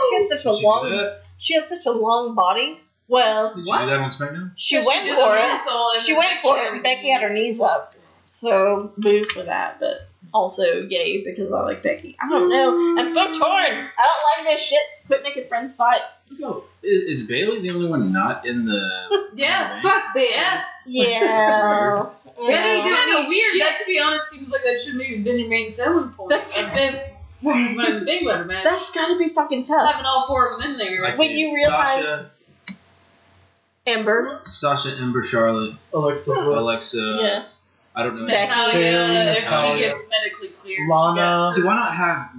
Speaker 4: she's such- she has such a
Speaker 1: Did she do
Speaker 4: long
Speaker 1: that?
Speaker 4: she has such a long body. Well,
Speaker 1: Did she
Speaker 2: What?
Speaker 1: do that on SmackDown?
Speaker 4: she
Speaker 2: Yeah,
Speaker 4: went
Speaker 2: did
Speaker 4: for
Speaker 2: the
Speaker 4: it.
Speaker 2: moonsault and
Speaker 4: She
Speaker 2: then
Speaker 4: went for it, and
Speaker 2: her
Speaker 4: Becky had her knees up. So boo for that, but also yay because I like Becky. I don't know. I'm so torn. I don't like this shit. Quit making friends fight.
Speaker 1: No. Is, is Bailey the only one not in the?
Speaker 2: Yeah.
Speaker 1: the ring?
Speaker 3: Fuck Bailey.
Speaker 2: Yeah.
Speaker 4: Yeah.
Speaker 2: That is
Speaker 3: Yeah.
Speaker 2: kind
Speaker 3: Holy
Speaker 2: of weird.
Speaker 3: shit.
Speaker 2: That, to be honest, seems like that should maybe have been your main selling point.
Speaker 4: That's-
Speaker 2: and this is when the thing let her match.
Speaker 4: That's gotta be fucking tough.
Speaker 2: Having all four of them in there.
Speaker 1: Like
Speaker 4: When you realize- Amber.
Speaker 1: Sasha, Sasha, Ember, Charlotte,
Speaker 5: Alexa Bliss.
Speaker 1: Alexa.
Speaker 4: Yeah.
Speaker 1: I don't know.
Speaker 4: Becky.
Speaker 2: Natalia, if she
Speaker 1: Natalia.
Speaker 2: gets medically cleared.
Speaker 5: Lana.
Speaker 1: See, why not have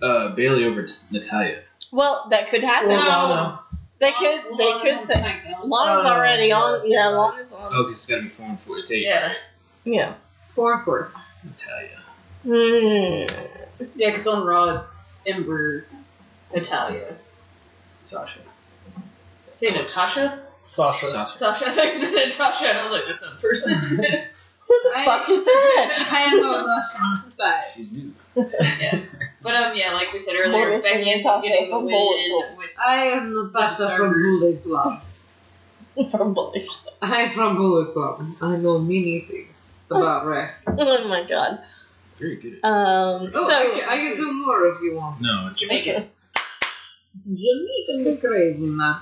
Speaker 1: uh, Bailey over Natalia?
Speaker 4: Well, that could
Speaker 5: Or
Speaker 4: happen.
Speaker 2: No.
Speaker 5: Lana.
Speaker 4: They could. They could say. Lana's
Speaker 5: Oh,
Speaker 4: already
Speaker 5: yeah,
Speaker 4: on.
Speaker 5: that's
Speaker 4: Yeah,
Speaker 5: right.
Speaker 4: Lana's on.
Speaker 1: Oh, 'cause it's got to be form for it. Take
Speaker 2: Yeah.
Speaker 4: Yeah.
Speaker 3: Four and four.
Speaker 1: Natalia.
Speaker 4: Hmm.
Speaker 2: Yeah, because on Raw it's Ember, Natalia.
Speaker 1: Sasha.
Speaker 2: Say Natasha?
Speaker 5: Sasha.
Speaker 1: Sasha.
Speaker 2: Sasha, I thought you said Natasha, and I was like, that's not a person.
Speaker 4: Who the
Speaker 3: I-
Speaker 4: fuck is that?
Speaker 3: I am a lesson spy.
Speaker 1: She's new.
Speaker 2: but um, yeah, like we said
Speaker 4: Morgan
Speaker 2: earlier, Becky ends up
Speaker 4: Natasha
Speaker 2: getting the
Speaker 4: from
Speaker 2: win
Speaker 4: Bullet
Speaker 2: with
Speaker 3: I am the best
Speaker 2: Sorry.
Speaker 3: from Bullet Club.
Speaker 4: From Bully.
Speaker 3: I'm from Bullet Club. I know many things about wrestling.
Speaker 4: Oh my god.
Speaker 1: Very good.
Speaker 4: Um.
Speaker 3: Oh,
Speaker 4: so.
Speaker 3: I, can, I can do more if you want.
Speaker 1: No, it's
Speaker 2: Jamaica.
Speaker 3: Jamaican be crazy, man.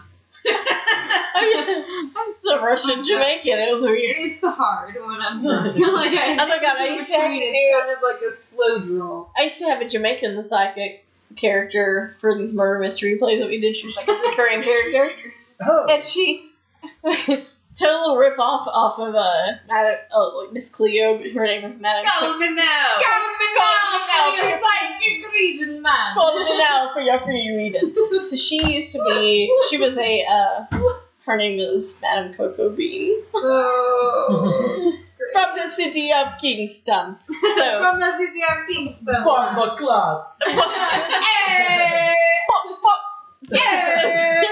Speaker 4: Oh, I'm so Russian Jamaican. It was weird.
Speaker 3: It's hard when I'm like I.
Speaker 4: Oh my God, I used to have to
Speaker 3: It's
Speaker 4: do-
Speaker 3: kind of like a slow draw.
Speaker 4: I used to have a Jamaican the psychic character for these murder mystery plays that we did. She was like a recurring character,
Speaker 5: Oh.
Speaker 4: and she total rip off off of uh, Maddox, oh, like Miss Cleo, but her name was Maddox.
Speaker 2: Call me
Speaker 4: Oh.
Speaker 2: now!
Speaker 4: Call me now.
Speaker 3: Psychic reading, man.
Speaker 4: Called it out for your free reading. So she used to be. She was a. Uh, her name is Madame Coco Bean
Speaker 3: So. great.
Speaker 4: from the city of Kingston. So.
Speaker 3: From the city of Kingston. man.
Speaker 5: Bomba Club.
Speaker 3: Hey! Yeah!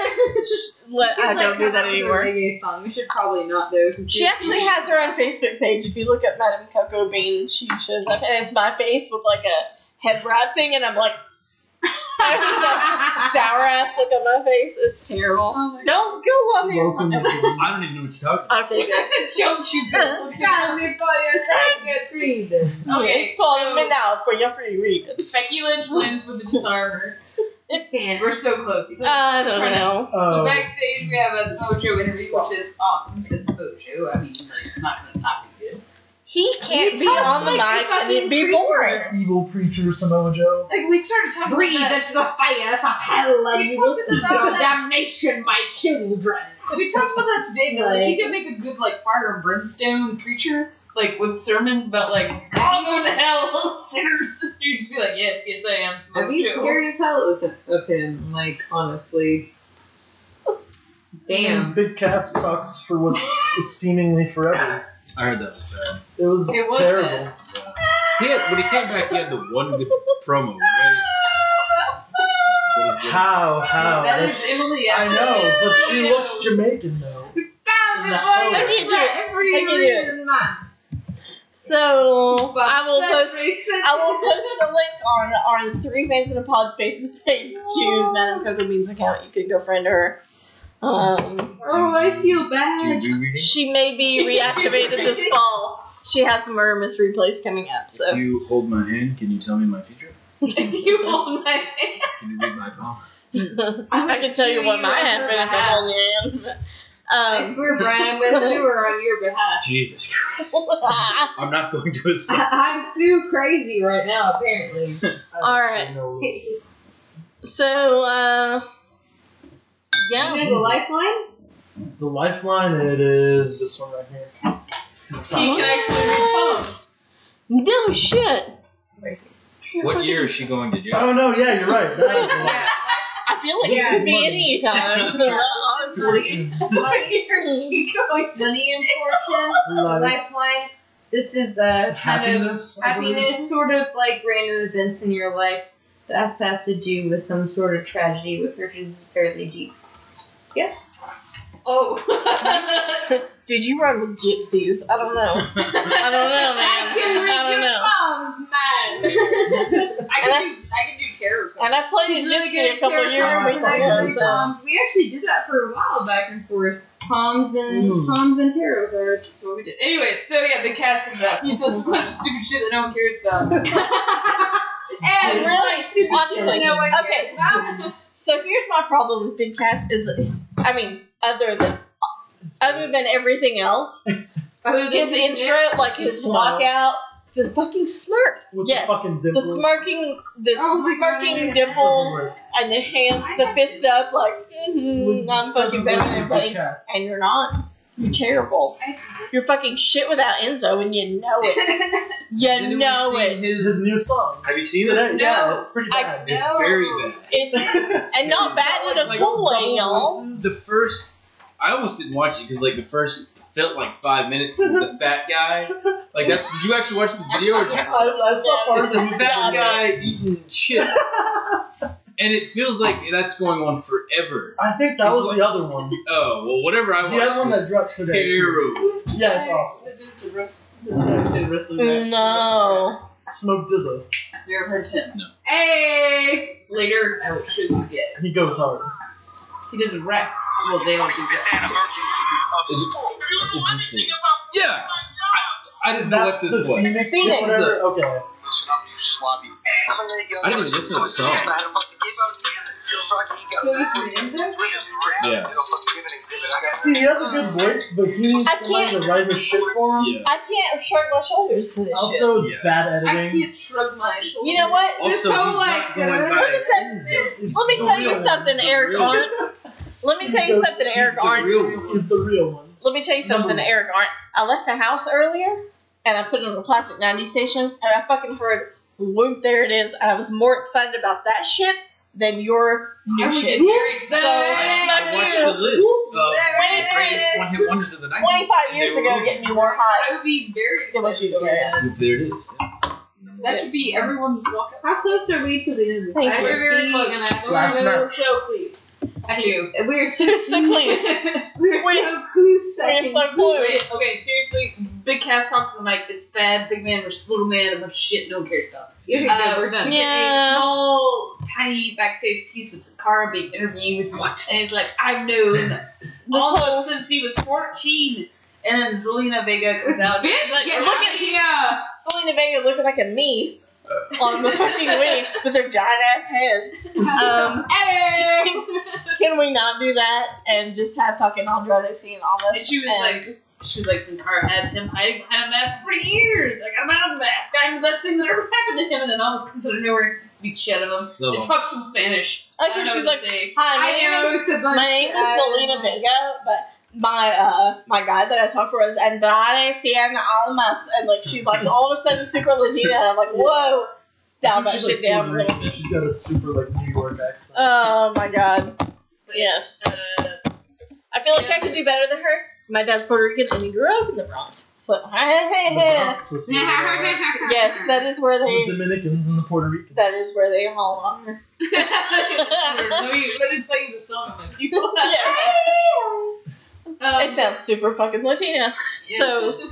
Speaker 4: Let- I
Speaker 3: Like,
Speaker 4: don't do
Speaker 3: come
Speaker 4: that
Speaker 3: up with a
Speaker 4: anymore.
Speaker 3: reggae song. We should probably not though.
Speaker 4: She actually has her own Facebook page. If you look up Madame Coco Bean, she shows up, and it's my face with like a head wrap thing, and I'm like, I have a sour ass look on my face. It's terrible.
Speaker 3: Oh my
Speaker 4: Don't go on there.
Speaker 5: Welcome to
Speaker 1: I don't even know what you're talking
Speaker 4: Okay, good.
Speaker 2: Don't you go.
Speaker 3: Tell me for your second reading.
Speaker 2: Okay,
Speaker 4: call me
Speaker 2: so-
Speaker 4: now for your free reading.
Speaker 2: Becky Lynch wins with the disarmer. We're so close. So,
Speaker 4: I
Speaker 2: don't
Speaker 4: don't know.
Speaker 2: so
Speaker 5: Oh.
Speaker 2: backstage we have a Mojo interview, which is awesome because Mojo, I mean, like, it's not going to not be good.
Speaker 4: He can't
Speaker 3: You
Speaker 4: be
Speaker 3: talk
Speaker 4: on the mic
Speaker 3: like the
Speaker 4: and it
Speaker 3: fucking
Speaker 4: be
Speaker 3: preacher.
Speaker 4: boring.
Speaker 5: Evil preacher Samoa Joe.
Speaker 2: Like we started talking
Speaker 3: Breathe
Speaker 2: about that.
Speaker 3: into the fires of hell and
Speaker 2: He
Speaker 3: you will
Speaker 2: talks
Speaker 3: see
Speaker 2: about
Speaker 3: your
Speaker 2: that.
Speaker 3: damnation, my children.
Speaker 2: We talked about that today. That like he could make a good like fire and brimstone preacher, like with sermons about like God go to hell, sinners. You'd just be like, yes, yes, I am. Samoa
Speaker 3: I'd be
Speaker 2: Joe."
Speaker 3: scared as hell of- of him, like, honestly. Damn.
Speaker 5: Big Cass talks for what is seemingly forever.
Speaker 1: about. I heard that was bad.
Speaker 5: It was,
Speaker 2: It was
Speaker 5: terrible.
Speaker 2: bad.
Speaker 1: He had, when he came back, he had the one good promo, right? What is this?
Speaker 5: How? How?
Speaker 2: that
Speaker 5: That's-
Speaker 2: is Emily.
Speaker 5: I know, but she
Speaker 2: Mojo.
Speaker 5: looks Jamaican though.
Speaker 3: Tell me for your
Speaker 4: I can do it.
Speaker 3: every
Speaker 4: I can do it.
Speaker 3: reason, man.
Speaker 4: So
Speaker 3: But
Speaker 4: I will post.
Speaker 3: every
Speaker 4: I will post a link on our Three Fans in a Pod Facebook page to Madame Coco Bean's account. You could go friend her. Um,
Speaker 3: Oh, I feel bad.
Speaker 1: Do you read it?
Speaker 4: she may be reactivated this fall. She has some murder mystery plays coming up,
Speaker 1: If
Speaker 4: so
Speaker 1: you hold my hand, can you tell me my future?
Speaker 2: you
Speaker 3: Oh
Speaker 2: hold my hand.
Speaker 1: Can you read my palm?
Speaker 4: I can tell you what might happen if I hold your hand.
Speaker 3: I
Speaker 4: Um,
Speaker 3: swear, Brian, I'm gonna sue her on your behalf.
Speaker 1: Jesus Christ.
Speaker 4: Um,
Speaker 1: I'm not going to assume.
Speaker 3: I- I'm Sue crazy right now, apparently.
Speaker 5: I
Speaker 4: All
Speaker 5: actually
Speaker 4: right.
Speaker 5: know-
Speaker 4: so uh, yeah,
Speaker 3: You know the lifeline?
Speaker 5: The lifeline it is this one right here.
Speaker 2: He can actually read palms.
Speaker 4: no shit.
Speaker 6: What year is she going to jail?
Speaker 5: Oh no, yeah, you're right. That is
Speaker 3: Yeah, like,
Speaker 4: I feel like
Speaker 3: Yeah,
Speaker 4: it could be
Speaker 5: money.
Speaker 4: any time.
Speaker 3: Yeah.
Speaker 4: Honestly.
Speaker 3: money,
Speaker 2: Where is she going to
Speaker 3: money and fortune,
Speaker 5: Life,
Speaker 3: lifeline. This is a kind of
Speaker 5: happiness. I believe.
Speaker 3: Um, happiness, sort of like random events in your life. That has to do with some sort of tragedy with her, which is fairly deep.
Speaker 2: Oh.
Speaker 4: Did you run with gypsies? I don't know. I don't know, man.
Speaker 3: I can read
Speaker 4: I don't
Speaker 3: your
Speaker 4: know.
Speaker 3: palms, man.
Speaker 2: I can do I can do terror.
Speaker 4: And I played
Speaker 3: She's
Speaker 4: a
Speaker 3: really
Speaker 4: gypsy
Speaker 3: good
Speaker 4: a
Speaker 3: at
Speaker 4: couple
Speaker 3: tarot
Speaker 4: years
Speaker 3: cards. I can read
Speaker 4: ago.
Speaker 3: palms. We actually did that for a while, back and forth. Palms and
Speaker 5: Mm.
Speaker 4: Mm-hmm.
Speaker 3: palms and tarot cards.
Speaker 2: That's what we did. Anyway, so yeah, Big Cass comes out. He says a bunch of stupid shit that no one cares about.
Speaker 3: And really, super
Speaker 4: Honestly,
Speaker 3: shit, no one cares
Speaker 4: okay.
Speaker 3: about.
Speaker 4: So here's my problem with Big Cass is, is I mean, other than other than everything else,
Speaker 3: Other than
Speaker 4: his
Speaker 3: the
Speaker 4: intro, like
Speaker 5: The
Speaker 4: his
Speaker 5: smile.
Speaker 4: walkout, the fucking smirk,
Speaker 5: With
Speaker 4: yes,
Speaker 5: the fucking
Speaker 4: the
Speaker 5: dimples.
Speaker 4: smirking, the
Speaker 3: Oh my
Speaker 4: smirking
Speaker 3: God.
Speaker 4: dimples, and the hand, the fist up, like mm I'm fucking
Speaker 5: Doesn't work
Speaker 4: better
Speaker 5: with
Speaker 4: than everybody,
Speaker 5: podcasts.
Speaker 4: and you're not. You're terrible. You're fucking shit without Enzo, and you know it.
Speaker 6: Has
Speaker 4: You
Speaker 6: anyone
Speaker 4: know
Speaker 6: seen
Speaker 4: it.
Speaker 6: his-
Speaker 5: His new song.
Speaker 1: Have you seen it?
Speaker 5: Today, yeah,
Speaker 2: No,
Speaker 5: it's pretty
Speaker 4: I-
Speaker 5: bad.
Speaker 6: It's
Speaker 2: No.
Speaker 6: very bad.
Speaker 4: It's and not bad in a
Speaker 6: Like,
Speaker 4: cool way,
Speaker 5: double
Speaker 4: y'all.
Speaker 5: voices.
Speaker 6: The first, I almost didn't watch it because like the first felt like five minutes is the fat guy. Like that's did you actually watch the video or
Speaker 5: I,
Speaker 6: just
Speaker 5: I saw parts of
Speaker 6: the
Speaker 5: it.
Speaker 6: fat guy eating chips? And it feels like that's going on forever.
Speaker 5: I think that was the other one.
Speaker 6: Oh well, whatever I
Speaker 5: The
Speaker 6: watched
Speaker 5: other one that
Speaker 6: was
Speaker 5: dropped today. too.
Speaker 6: terrible.
Speaker 5: Yeah, it's awful.
Speaker 2: That is the rest. I'm saying the rest of the match.
Speaker 4: No.
Speaker 5: Smoke Dizza.
Speaker 2: Have you ever heard of him?
Speaker 3: Hey!
Speaker 2: Later, I will show you guys.
Speaker 5: He goes hard.
Speaker 2: He does a rap. Well, they don't do that.
Speaker 6: Yeah, I, I
Speaker 5: Is
Speaker 6: didn't know
Speaker 5: that
Speaker 6: what this
Speaker 5: the
Speaker 6: was.
Speaker 5: Phoenix?
Speaker 4: Phoenix.
Speaker 5: Whatever. Okay.
Speaker 7: Listen up, you sloppy.
Speaker 6: I didn't even listen to the song.
Speaker 2: So this is Enzo?
Speaker 6: Yeah.
Speaker 5: See, he has a good voice, but he needs
Speaker 4: Uh, I
Speaker 5: somebody to write his shit for him.
Speaker 6: Yeah.
Speaker 4: I can't shrug my shoulders to this shit.
Speaker 5: Also,
Speaker 6: Yeah.
Speaker 5: it's bad
Speaker 2: I
Speaker 5: editing.
Speaker 2: can't shrug my shoulders.
Speaker 4: You know what?
Speaker 6: Also, he's
Speaker 3: so
Speaker 6: not
Speaker 3: like,
Speaker 6: going
Speaker 3: uh,
Speaker 6: by
Speaker 4: Let me tell,
Speaker 5: It's
Speaker 4: let me
Speaker 5: the
Speaker 4: tell you
Speaker 5: real
Speaker 4: something,
Speaker 5: one.
Speaker 4: Eric
Speaker 6: Really?
Speaker 4: Arndt. Let me tell you something, Eric
Speaker 6: the
Speaker 4: Arndt.
Speaker 6: real one.
Speaker 5: It's the real one.
Speaker 4: Let me tell you something,
Speaker 5: Number one.
Speaker 4: Eric Arndt. I left the house earlier, and I put it on the Plastic 90 station, and I fucking heard, whoop, there it is. I was more excited about that shit than your new
Speaker 2: I would
Speaker 4: shit.
Speaker 2: get Derek
Speaker 4: So,
Speaker 3: Hey,
Speaker 6: I
Speaker 4: fuck
Speaker 6: watched
Speaker 4: you.
Speaker 6: the list of
Speaker 3: Hey,
Speaker 6: the
Speaker 3: hey,
Speaker 6: greatest
Speaker 3: hey.
Speaker 6: one hit wonders of the 90s.
Speaker 4: 25 years
Speaker 6: They were
Speaker 4: ago,
Speaker 6: wrong.
Speaker 4: getting you more hot.
Speaker 2: I would be very
Speaker 4: Then what
Speaker 2: excited.
Speaker 4: you do, Mary?
Speaker 2: that.
Speaker 6: There it is. yeah.
Speaker 2: That should be everyone's walk up.
Speaker 3: How close are we to the end of this?
Speaker 4: Thank
Speaker 3: I
Speaker 4: you.
Speaker 2: We're very
Speaker 3: think-
Speaker 2: close.
Speaker 3: and I don't
Speaker 5: Last
Speaker 3: know.
Speaker 5: night.
Speaker 2: We're so pleased. Adios.
Speaker 3: We're so,
Speaker 4: You're so close.
Speaker 3: We're
Speaker 4: We're-
Speaker 3: so close.
Speaker 4: You're so
Speaker 2: Wait,
Speaker 4: close.
Speaker 2: okay, seriously, Big Cass talks to the mic. It's bad. Big man versus little man. A bunch of shit no one cares about.
Speaker 3: Okay,
Speaker 2: Uh,
Speaker 3: good, we're done.
Speaker 2: A
Speaker 4: Yeah.
Speaker 2: small, tiny backstage piece with Sakara being interviewed. What? And he's like, I've known all of us since he was 14. And then Zelina Vega comes out. and she's
Speaker 3: Bitch,
Speaker 2: like,
Speaker 3: get
Speaker 2: "Look
Speaker 3: out
Speaker 2: at
Speaker 3: of here!
Speaker 4: Selena Vega looking like a me on the fucking wing with her giant ass head. Um,
Speaker 3: Hey!
Speaker 4: Can we not do that and just have fucking Andrade seeing all
Speaker 2: And
Speaker 4: this?
Speaker 2: she was
Speaker 4: And-
Speaker 2: like, she was like, Sakara had him hiding behind a mask for years. I got him out of the mask. I'm the best thing that ever happened to him. And then almost comes out of nowhere, beats the shit out of him.
Speaker 1: Oh.
Speaker 6: No.
Speaker 2: And talks some Spanish.
Speaker 4: I like
Speaker 2: I
Speaker 4: when
Speaker 2: don't know
Speaker 4: she's
Speaker 2: what
Speaker 4: like,
Speaker 2: to say.
Speaker 4: hi, my
Speaker 3: I know
Speaker 4: name is,
Speaker 3: it's a bunch
Speaker 4: my name is
Speaker 3: uh,
Speaker 4: Selena Vega, but my uh my guy that I talked to was Andrade Cien Almas, and like she's like all of a sudden super Latina. And I'm like, whoa, down that
Speaker 5: She's,
Speaker 4: shit
Speaker 5: like,
Speaker 4: down a
Speaker 5: Puerto
Speaker 4: little
Speaker 5: Rican.
Speaker 4: bit.
Speaker 5: She's got a super like New York accent.
Speaker 4: Oh my god,
Speaker 2: But
Speaker 4: Yes.
Speaker 2: it's, Uh,
Speaker 4: I feel like I could do better than her. My dad's Puerto Rican, and he grew up in the Bronx. So
Speaker 5: The Bronx is where they are.
Speaker 4: yes, that is where
Speaker 5: The
Speaker 4: they
Speaker 5: Dominicans and the Puerto Ricans.
Speaker 4: that is where they all are.
Speaker 2: let me let me play you the song, my people.
Speaker 4: Yes.
Speaker 2: Um,
Speaker 4: It sounds super fucking Latina. so,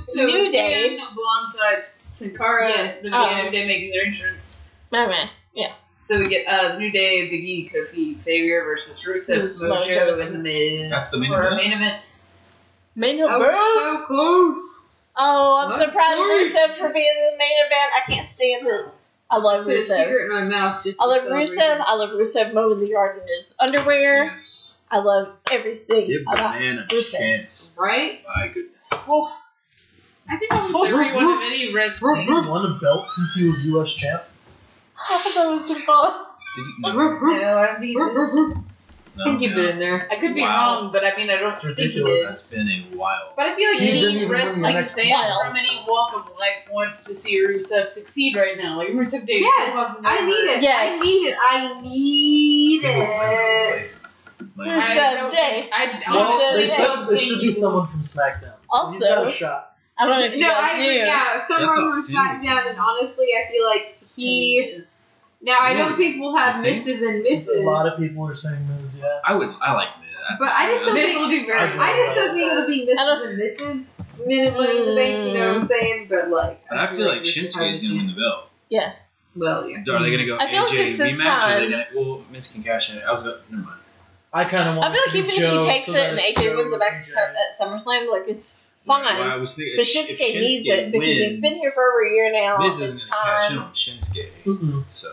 Speaker 2: so
Speaker 4: New
Speaker 2: it's
Speaker 4: Day.
Speaker 2: Finn, Blondesides, Sin Cara,
Speaker 3: Yes,
Speaker 2: the
Speaker 4: um,
Speaker 2: New Day making their entrance.
Speaker 4: My man.
Speaker 2: So we get uh, New Day, Big E, Kofi, Xavier versus Rusev,
Speaker 4: Versus
Speaker 2: Mojo,
Speaker 4: Mojo.
Speaker 2: and the Miz.
Speaker 6: That's the main
Speaker 2: for our
Speaker 6: event?
Speaker 2: main event.
Speaker 4: Main
Speaker 3: Oh,
Speaker 4: event. Oh,
Speaker 3: we're so close.
Speaker 4: I'm
Speaker 2: What?
Speaker 4: surprised
Speaker 2: Sorry.
Speaker 4: Rusev for being in the main event. I can't stand it. I love
Speaker 3: Put a
Speaker 4: Rusev.
Speaker 3: cigarette in my mouth just
Speaker 4: I love
Speaker 3: for some
Speaker 4: Rusev. I love Rusev mowing the yard in his underwear.
Speaker 6: Yes.
Speaker 4: I love everything
Speaker 6: Give the
Speaker 4: about
Speaker 6: man a
Speaker 4: Listen.
Speaker 6: chance.
Speaker 3: reason. Right?
Speaker 6: My goodness.
Speaker 2: I think almost everyone of any
Speaker 5: Has he
Speaker 2: wrestling.
Speaker 5: won a belt since he was U.S. champ?
Speaker 4: half of those. are gone.
Speaker 6: Did you, no.
Speaker 3: No, I don't think
Speaker 2: Rusev
Speaker 3: I think you've
Speaker 1: yeah.
Speaker 3: been in there.
Speaker 2: I could be
Speaker 1: Wow.
Speaker 2: wrong, but I mean, I don't
Speaker 5: It's
Speaker 2: think he
Speaker 5: ridiculous.
Speaker 2: did.
Speaker 1: That's been a while.
Speaker 2: But I feel like
Speaker 5: He didn't
Speaker 2: any
Speaker 5: even win the
Speaker 2: wrestling
Speaker 5: next
Speaker 2: fan
Speaker 5: title.
Speaker 2: from any walk of life wants to see Rusev succeed right now. Like Rusev Day is so
Speaker 3: Yes,
Speaker 2: fucking
Speaker 3: I need it.
Speaker 4: Yes.
Speaker 3: I need it. I need
Speaker 1: People wonder,
Speaker 3: it.
Speaker 1: like, like,
Speaker 4: Rusev
Speaker 2: I don't
Speaker 4: Day.
Speaker 2: think- I don't
Speaker 5: Well, they
Speaker 4: Honestly,
Speaker 5: said
Speaker 4: I
Speaker 5: there should be someone from SmackDown. So he's
Speaker 4: Also-
Speaker 5: got a shot.
Speaker 4: I don't know if you
Speaker 3: no,
Speaker 4: guys
Speaker 3: I
Speaker 4: knew.
Speaker 3: agree. Yeah, somewhere
Speaker 1: Jeff
Speaker 3: over
Speaker 1: Hopkins.
Speaker 3: SmackDown, and honestly, I feel like he.
Speaker 2: is.
Speaker 3: Now, I
Speaker 1: Yeah.
Speaker 3: don't think we'll have
Speaker 1: I think-
Speaker 3: misses and
Speaker 5: A
Speaker 3: misses.
Speaker 5: lot of people are saying this, yeah.
Speaker 1: I would. I like that.
Speaker 3: But I just don't
Speaker 2: This
Speaker 3: think-
Speaker 2: will do very well.
Speaker 3: I just don't think it'll be
Speaker 4: I don't-
Speaker 3: misses and misses. Minute money in the bank, you know what I'm saying? But like,
Speaker 1: But I feel like
Speaker 3: this
Speaker 1: Shinsuke
Speaker 3: time
Speaker 1: is gonna win the belt.
Speaker 4: Yes.
Speaker 3: Well, yeah.
Speaker 1: Are they gonna go
Speaker 4: I feel like
Speaker 1: AJ
Speaker 4: it's his
Speaker 1: rematch? Or are
Speaker 4: time.
Speaker 1: they gonna? Well, Miss Concussion. I was gonna. Never mind.
Speaker 5: I kind of want
Speaker 4: I feel
Speaker 5: it
Speaker 4: like
Speaker 5: to be
Speaker 4: even
Speaker 5: Joe
Speaker 4: if he takes
Speaker 5: so
Speaker 4: it
Speaker 5: that
Speaker 4: and
Speaker 5: it's
Speaker 4: AJ
Speaker 5: Joe
Speaker 4: wins it back
Speaker 5: and
Speaker 4: to Sur-
Speaker 5: Jay.
Speaker 4: at SummerSlam, like it's fine.
Speaker 1: Well, I was thinking,
Speaker 4: but
Speaker 1: if-
Speaker 4: Shinsuke,
Speaker 1: if Shinsuke
Speaker 4: needs it because
Speaker 1: wins,
Speaker 4: he's been here for over a year now.
Speaker 1: Miz isn't
Speaker 4: it's
Speaker 1: gonna cash in
Speaker 4: time.
Speaker 1: on Shinsuke.
Speaker 4: uh,
Speaker 5: Mm-mm.
Speaker 1: So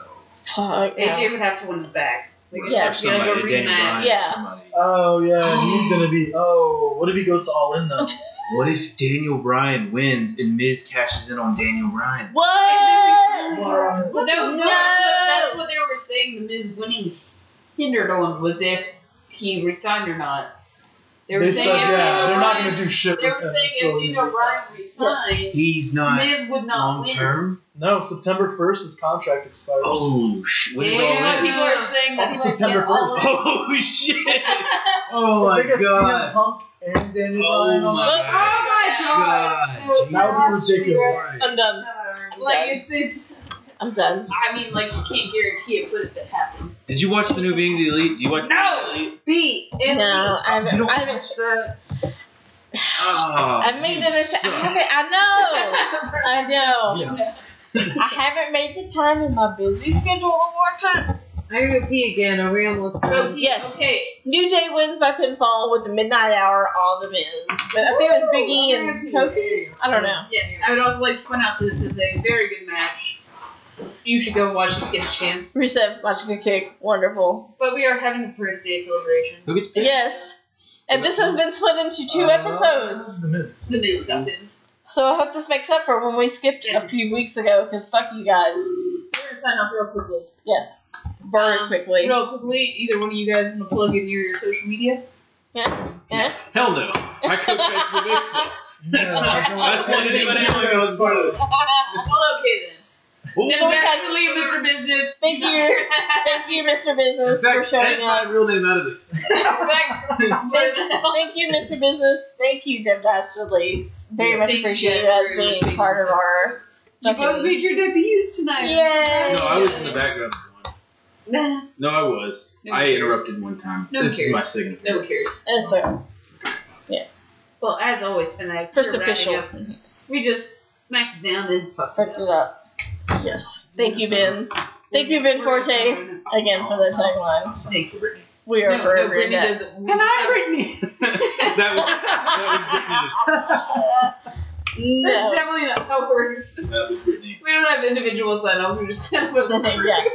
Speaker 4: Fuck, yeah.
Speaker 2: AJ would have to win the back. Like,
Speaker 1: or
Speaker 2: it'd have
Speaker 4: Yes.
Speaker 2: to be like a
Speaker 1: somebody, Daniel Bryan
Speaker 2: rematch.
Speaker 1: or
Speaker 4: Yeah.
Speaker 1: somebody.
Speaker 5: Oh yeah, he's gonna be. Oh, what if he goes to All In though?
Speaker 1: What if Daniel Bryan wins and Miz cashes in on Daniel Bryan?
Speaker 4: What?
Speaker 5: Wow.
Speaker 2: No, no,
Speaker 4: No.
Speaker 2: That's, what, that's what they were saying. The Miz winning hindered on was if he resigned or not. They were
Speaker 5: They
Speaker 2: saying
Speaker 5: said,
Speaker 2: if
Speaker 5: yeah,
Speaker 2: Daniel
Speaker 5: they're not
Speaker 2: Bryan,
Speaker 5: gonna do shit.
Speaker 2: they
Speaker 5: with
Speaker 2: were
Speaker 5: him
Speaker 2: saying
Speaker 5: until
Speaker 2: if
Speaker 5: he
Speaker 2: Daniel Bryan
Speaker 5: resigns.
Speaker 2: resigned,
Speaker 1: He's not
Speaker 2: Miz would not
Speaker 1: long
Speaker 2: win.
Speaker 1: term.
Speaker 5: No, September first his contract expires.
Speaker 1: Oh, sh- when is
Speaker 2: Which is
Speaker 3: Yeah.
Speaker 2: why
Speaker 1: all in?
Speaker 2: people are saying that he might
Speaker 5: September
Speaker 2: get all
Speaker 5: 1st.
Speaker 2: in.
Speaker 1: Oh shit! Oh
Speaker 5: If
Speaker 1: my
Speaker 5: they get CM
Speaker 1: god!
Speaker 5: Punk and Daniel
Speaker 1: Oh
Speaker 5: Bryan on
Speaker 1: my
Speaker 5: that-
Speaker 3: Oh my god!
Speaker 1: God,
Speaker 3: No,
Speaker 1: Jesus.
Speaker 5: That would be
Speaker 3: absolutely
Speaker 5: ridiculous.
Speaker 3: right.
Speaker 4: I'm done.
Speaker 2: Like it's it's.
Speaker 4: I'm done.
Speaker 2: I mean, like you can't guarantee it, but if it happened,
Speaker 1: Did you watch the new Being the Elite? Do you watch?
Speaker 2: no.
Speaker 3: B. Italy.
Speaker 4: No, I
Speaker 1: You
Speaker 4: haven't.
Speaker 1: don't
Speaker 4: I haven't.
Speaker 1: Oh,
Speaker 4: I made
Speaker 1: you
Speaker 4: it. a- I
Speaker 1: suck.
Speaker 4: haven't. I know. I know.
Speaker 5: Yeah.
Speaker 4: I haven't made the time in my busy schedule to watch it.
Speaker 3: I'm gonna pee again. Are we almost
Speaker 2: Okay,
Speaker 3: done?
Speaker 4: Yes.
Speaker 2: Okay.
Speaker 4: New Day wins by pinfall with the midnight hour on the Miz. But I think it was Big E
Speaker 3: Woo!
Speaker 4: and Kofi. I don't know.
Speaker 2: Yes, I would also like to point out this is a very good match. You should go watch it if you get a chance.
Speaker 4: Rusev watching a kick. Wonderful.
Speaker 2: But we are having a birthday celebration.
Speaker 1: Look at
Speaker 4: Yes. And this has been split into two
Speaker 5: Uh,
Speaker 4: episodes.
Speaker 5: The Miz.
Speaker 2: The news got in.
Speaker 4: So I hope this makes up for when we skipped it a
Speaker 2: Yes.
Speaker 4: few weeks ago, because fuck you guys.
Speaker 2: So we're gonna sign off real quickly.
Speaker 4: Yes. Burn
Speaker 2: Um,
Speaker 4: quickly.
Speaker 2: Real quickly, either one of you guys wanna plug in your, your social media?
Speaker 1: Hell no! I coach high school baseball.
Speaker 5: No, I don't-
Speaker 1: I don't want anybody else to go as part of it.
Speaker 2: well okay
Speaker 1: Well,
Speaker 2: then.
Speaker 4: So we got-
Speaker 2: Definitely leave Mr. Business.
Speaker 4: Thank you. Thank you, Mr.
Speaker 1: In
Speaker 4: Business,
Speaker 1: fact,
Speaker 4: for showing
Speaker 1: edit
Speaker 4: up.
Speaker 1: my real name out of this.
Speaker 2: Thanks for
Speaker 4: Thank, thank you, Mr. Business. Thank you, Deb Dastardly. Very
Speaker 2: Yeah,
Speaker 4: much
Speaker 2: thank you
Speaker 4: appreciated
Speaker 2: guys
Speaker 4: as
Speaker 2: for
Speaker 4: being
Speaker 2: making
Speaker 4: part of
Speaker 2: this
Speaker 4: our.
Speaker 2: You both
Speaker 4: fucking-
Speaker 2: made your debuts tonight. I'm so proud of
Speaker 4: Yay.
Speaker 1: No, I
Speaker 2: you.
Speaker 1: was in the background. for one.
Speaker 2: Nah,
Speaker 1: No, I was.
Speaker 2: No one
Speaker 1: I
Speaker 2: cares.
Speaker 1: interrupted one time.
Speaker 2: No one
Speaker 1: this is my
Speaker 2: cares.
Speaker 1: signature.
Speaker 2: no one cares.
Speaker 4: It's okay.
Speaker 2: Well, as always, tonight,
Speaker 4: First
Speaker 2: we're wrapping
Speaker 4: official.
Speaker 2: up. We just smacked it down and fucked it
Speaker 4: Fucked it up. Yes. Thank you, Ben. Thank you, Ben
Speaker 2: We're-
Speaker 4: Forte,
Speaker 2: we're-
Speaker 4: again for the tagline.
Speaker 1: I'm sorry for Brittany.
Speaker 4: We are
Speaker 2: No, no,
Speaker 4: forever in
Speaker 2: Brittany
Speaker 4: debt.
Speaker 2: doesn't.
Speaker 1: And I'm Brittany. that was that
Speaker 2: That's
Speaker 4: no.
Speaker 2: definitely not how it works.
Speaker 1: was Brittany. That was Brittany.
Speaker 2: We don't have individual sign-offs. We just sign up as a group.
Speaker 4: Yeah.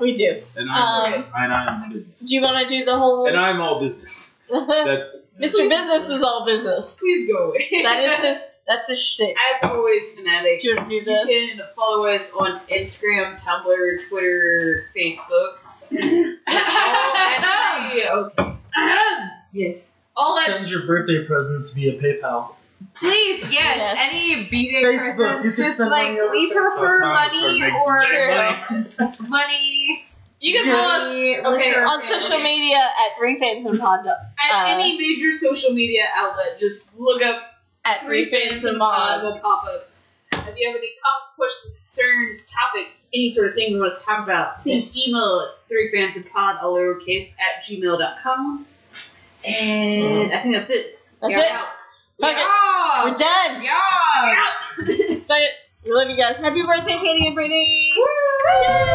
Speaker 4: We do.
Speaker 1: And I'm
Speaker 4: Um,
Speaker 1: and I'm business.
Speaker 4: Do you want to do the whole?
Speaker 1: And I'm all business. That's
Speaker 4: Mr. Business is all business.
Speaker 2: Please go away.
Speaker 4: That is his. That's his shtick.
Speaker 2: As always, fanatics.
Speaker 4: Do you want to do
Speaker 2: You
Speaker 4: this?
Speaker 2: can follow us on Instagram, Tumblr, Twitter, Facebook. Oh, All at the- okay.
Speaker 3: Yes.
Speaker 2: All at
Speaker 5: Send your birthday presents via PayPal.
Speaker 3: Please, yes.
Speaker 4: Yes.
Speaker 3: Any B-Day
Speaker 5: Facebook, you
Speaker 3: presents,
Speaker 5: can
Speaker 3: just
Speaker 5: send
Speaker 3: like
Speaker 5: money over
Speaker 3: we
Speaker 5: Facebook.
Speaker 3: prefer
Speaker 1: Sometimes
Speaker 3: money
Speaker 1: it makes money.
Speaker 3: or money.
Speaker 2: you can follow us
Speaker 3: money,
Speaker 2: okay,
Speaker 3: liquor,
Speaker 4: On
Speaker 2: okay,
Speaker 4: social
Speaker 2: okay.
Speaker 4: media at Three Fans and Pod.
Speaker 2: at
Speaker 4: Uh,
Speaker 2: any major social media outlet. Just look up
Speaker 4: At Three Fans and Pod.
Speaker 2: will pop up. If you have any comments, questions, concerns, topics, any sort of thing you want us to talk about, please email us three fans of pod all lowercase at gmail.com. And I think that's it.
Speaker 4: That's
Speaker 2: You're
Speaker 4: it.
Speaker 2: out.
Speaker 4: Fuck it.
Speaker 3: Yeah.
Speaker 4: We're done.
Speaker 3: Yeah.
Speaker 4: But we love you guys. Happy birthday, Katie and Brittany. Yay!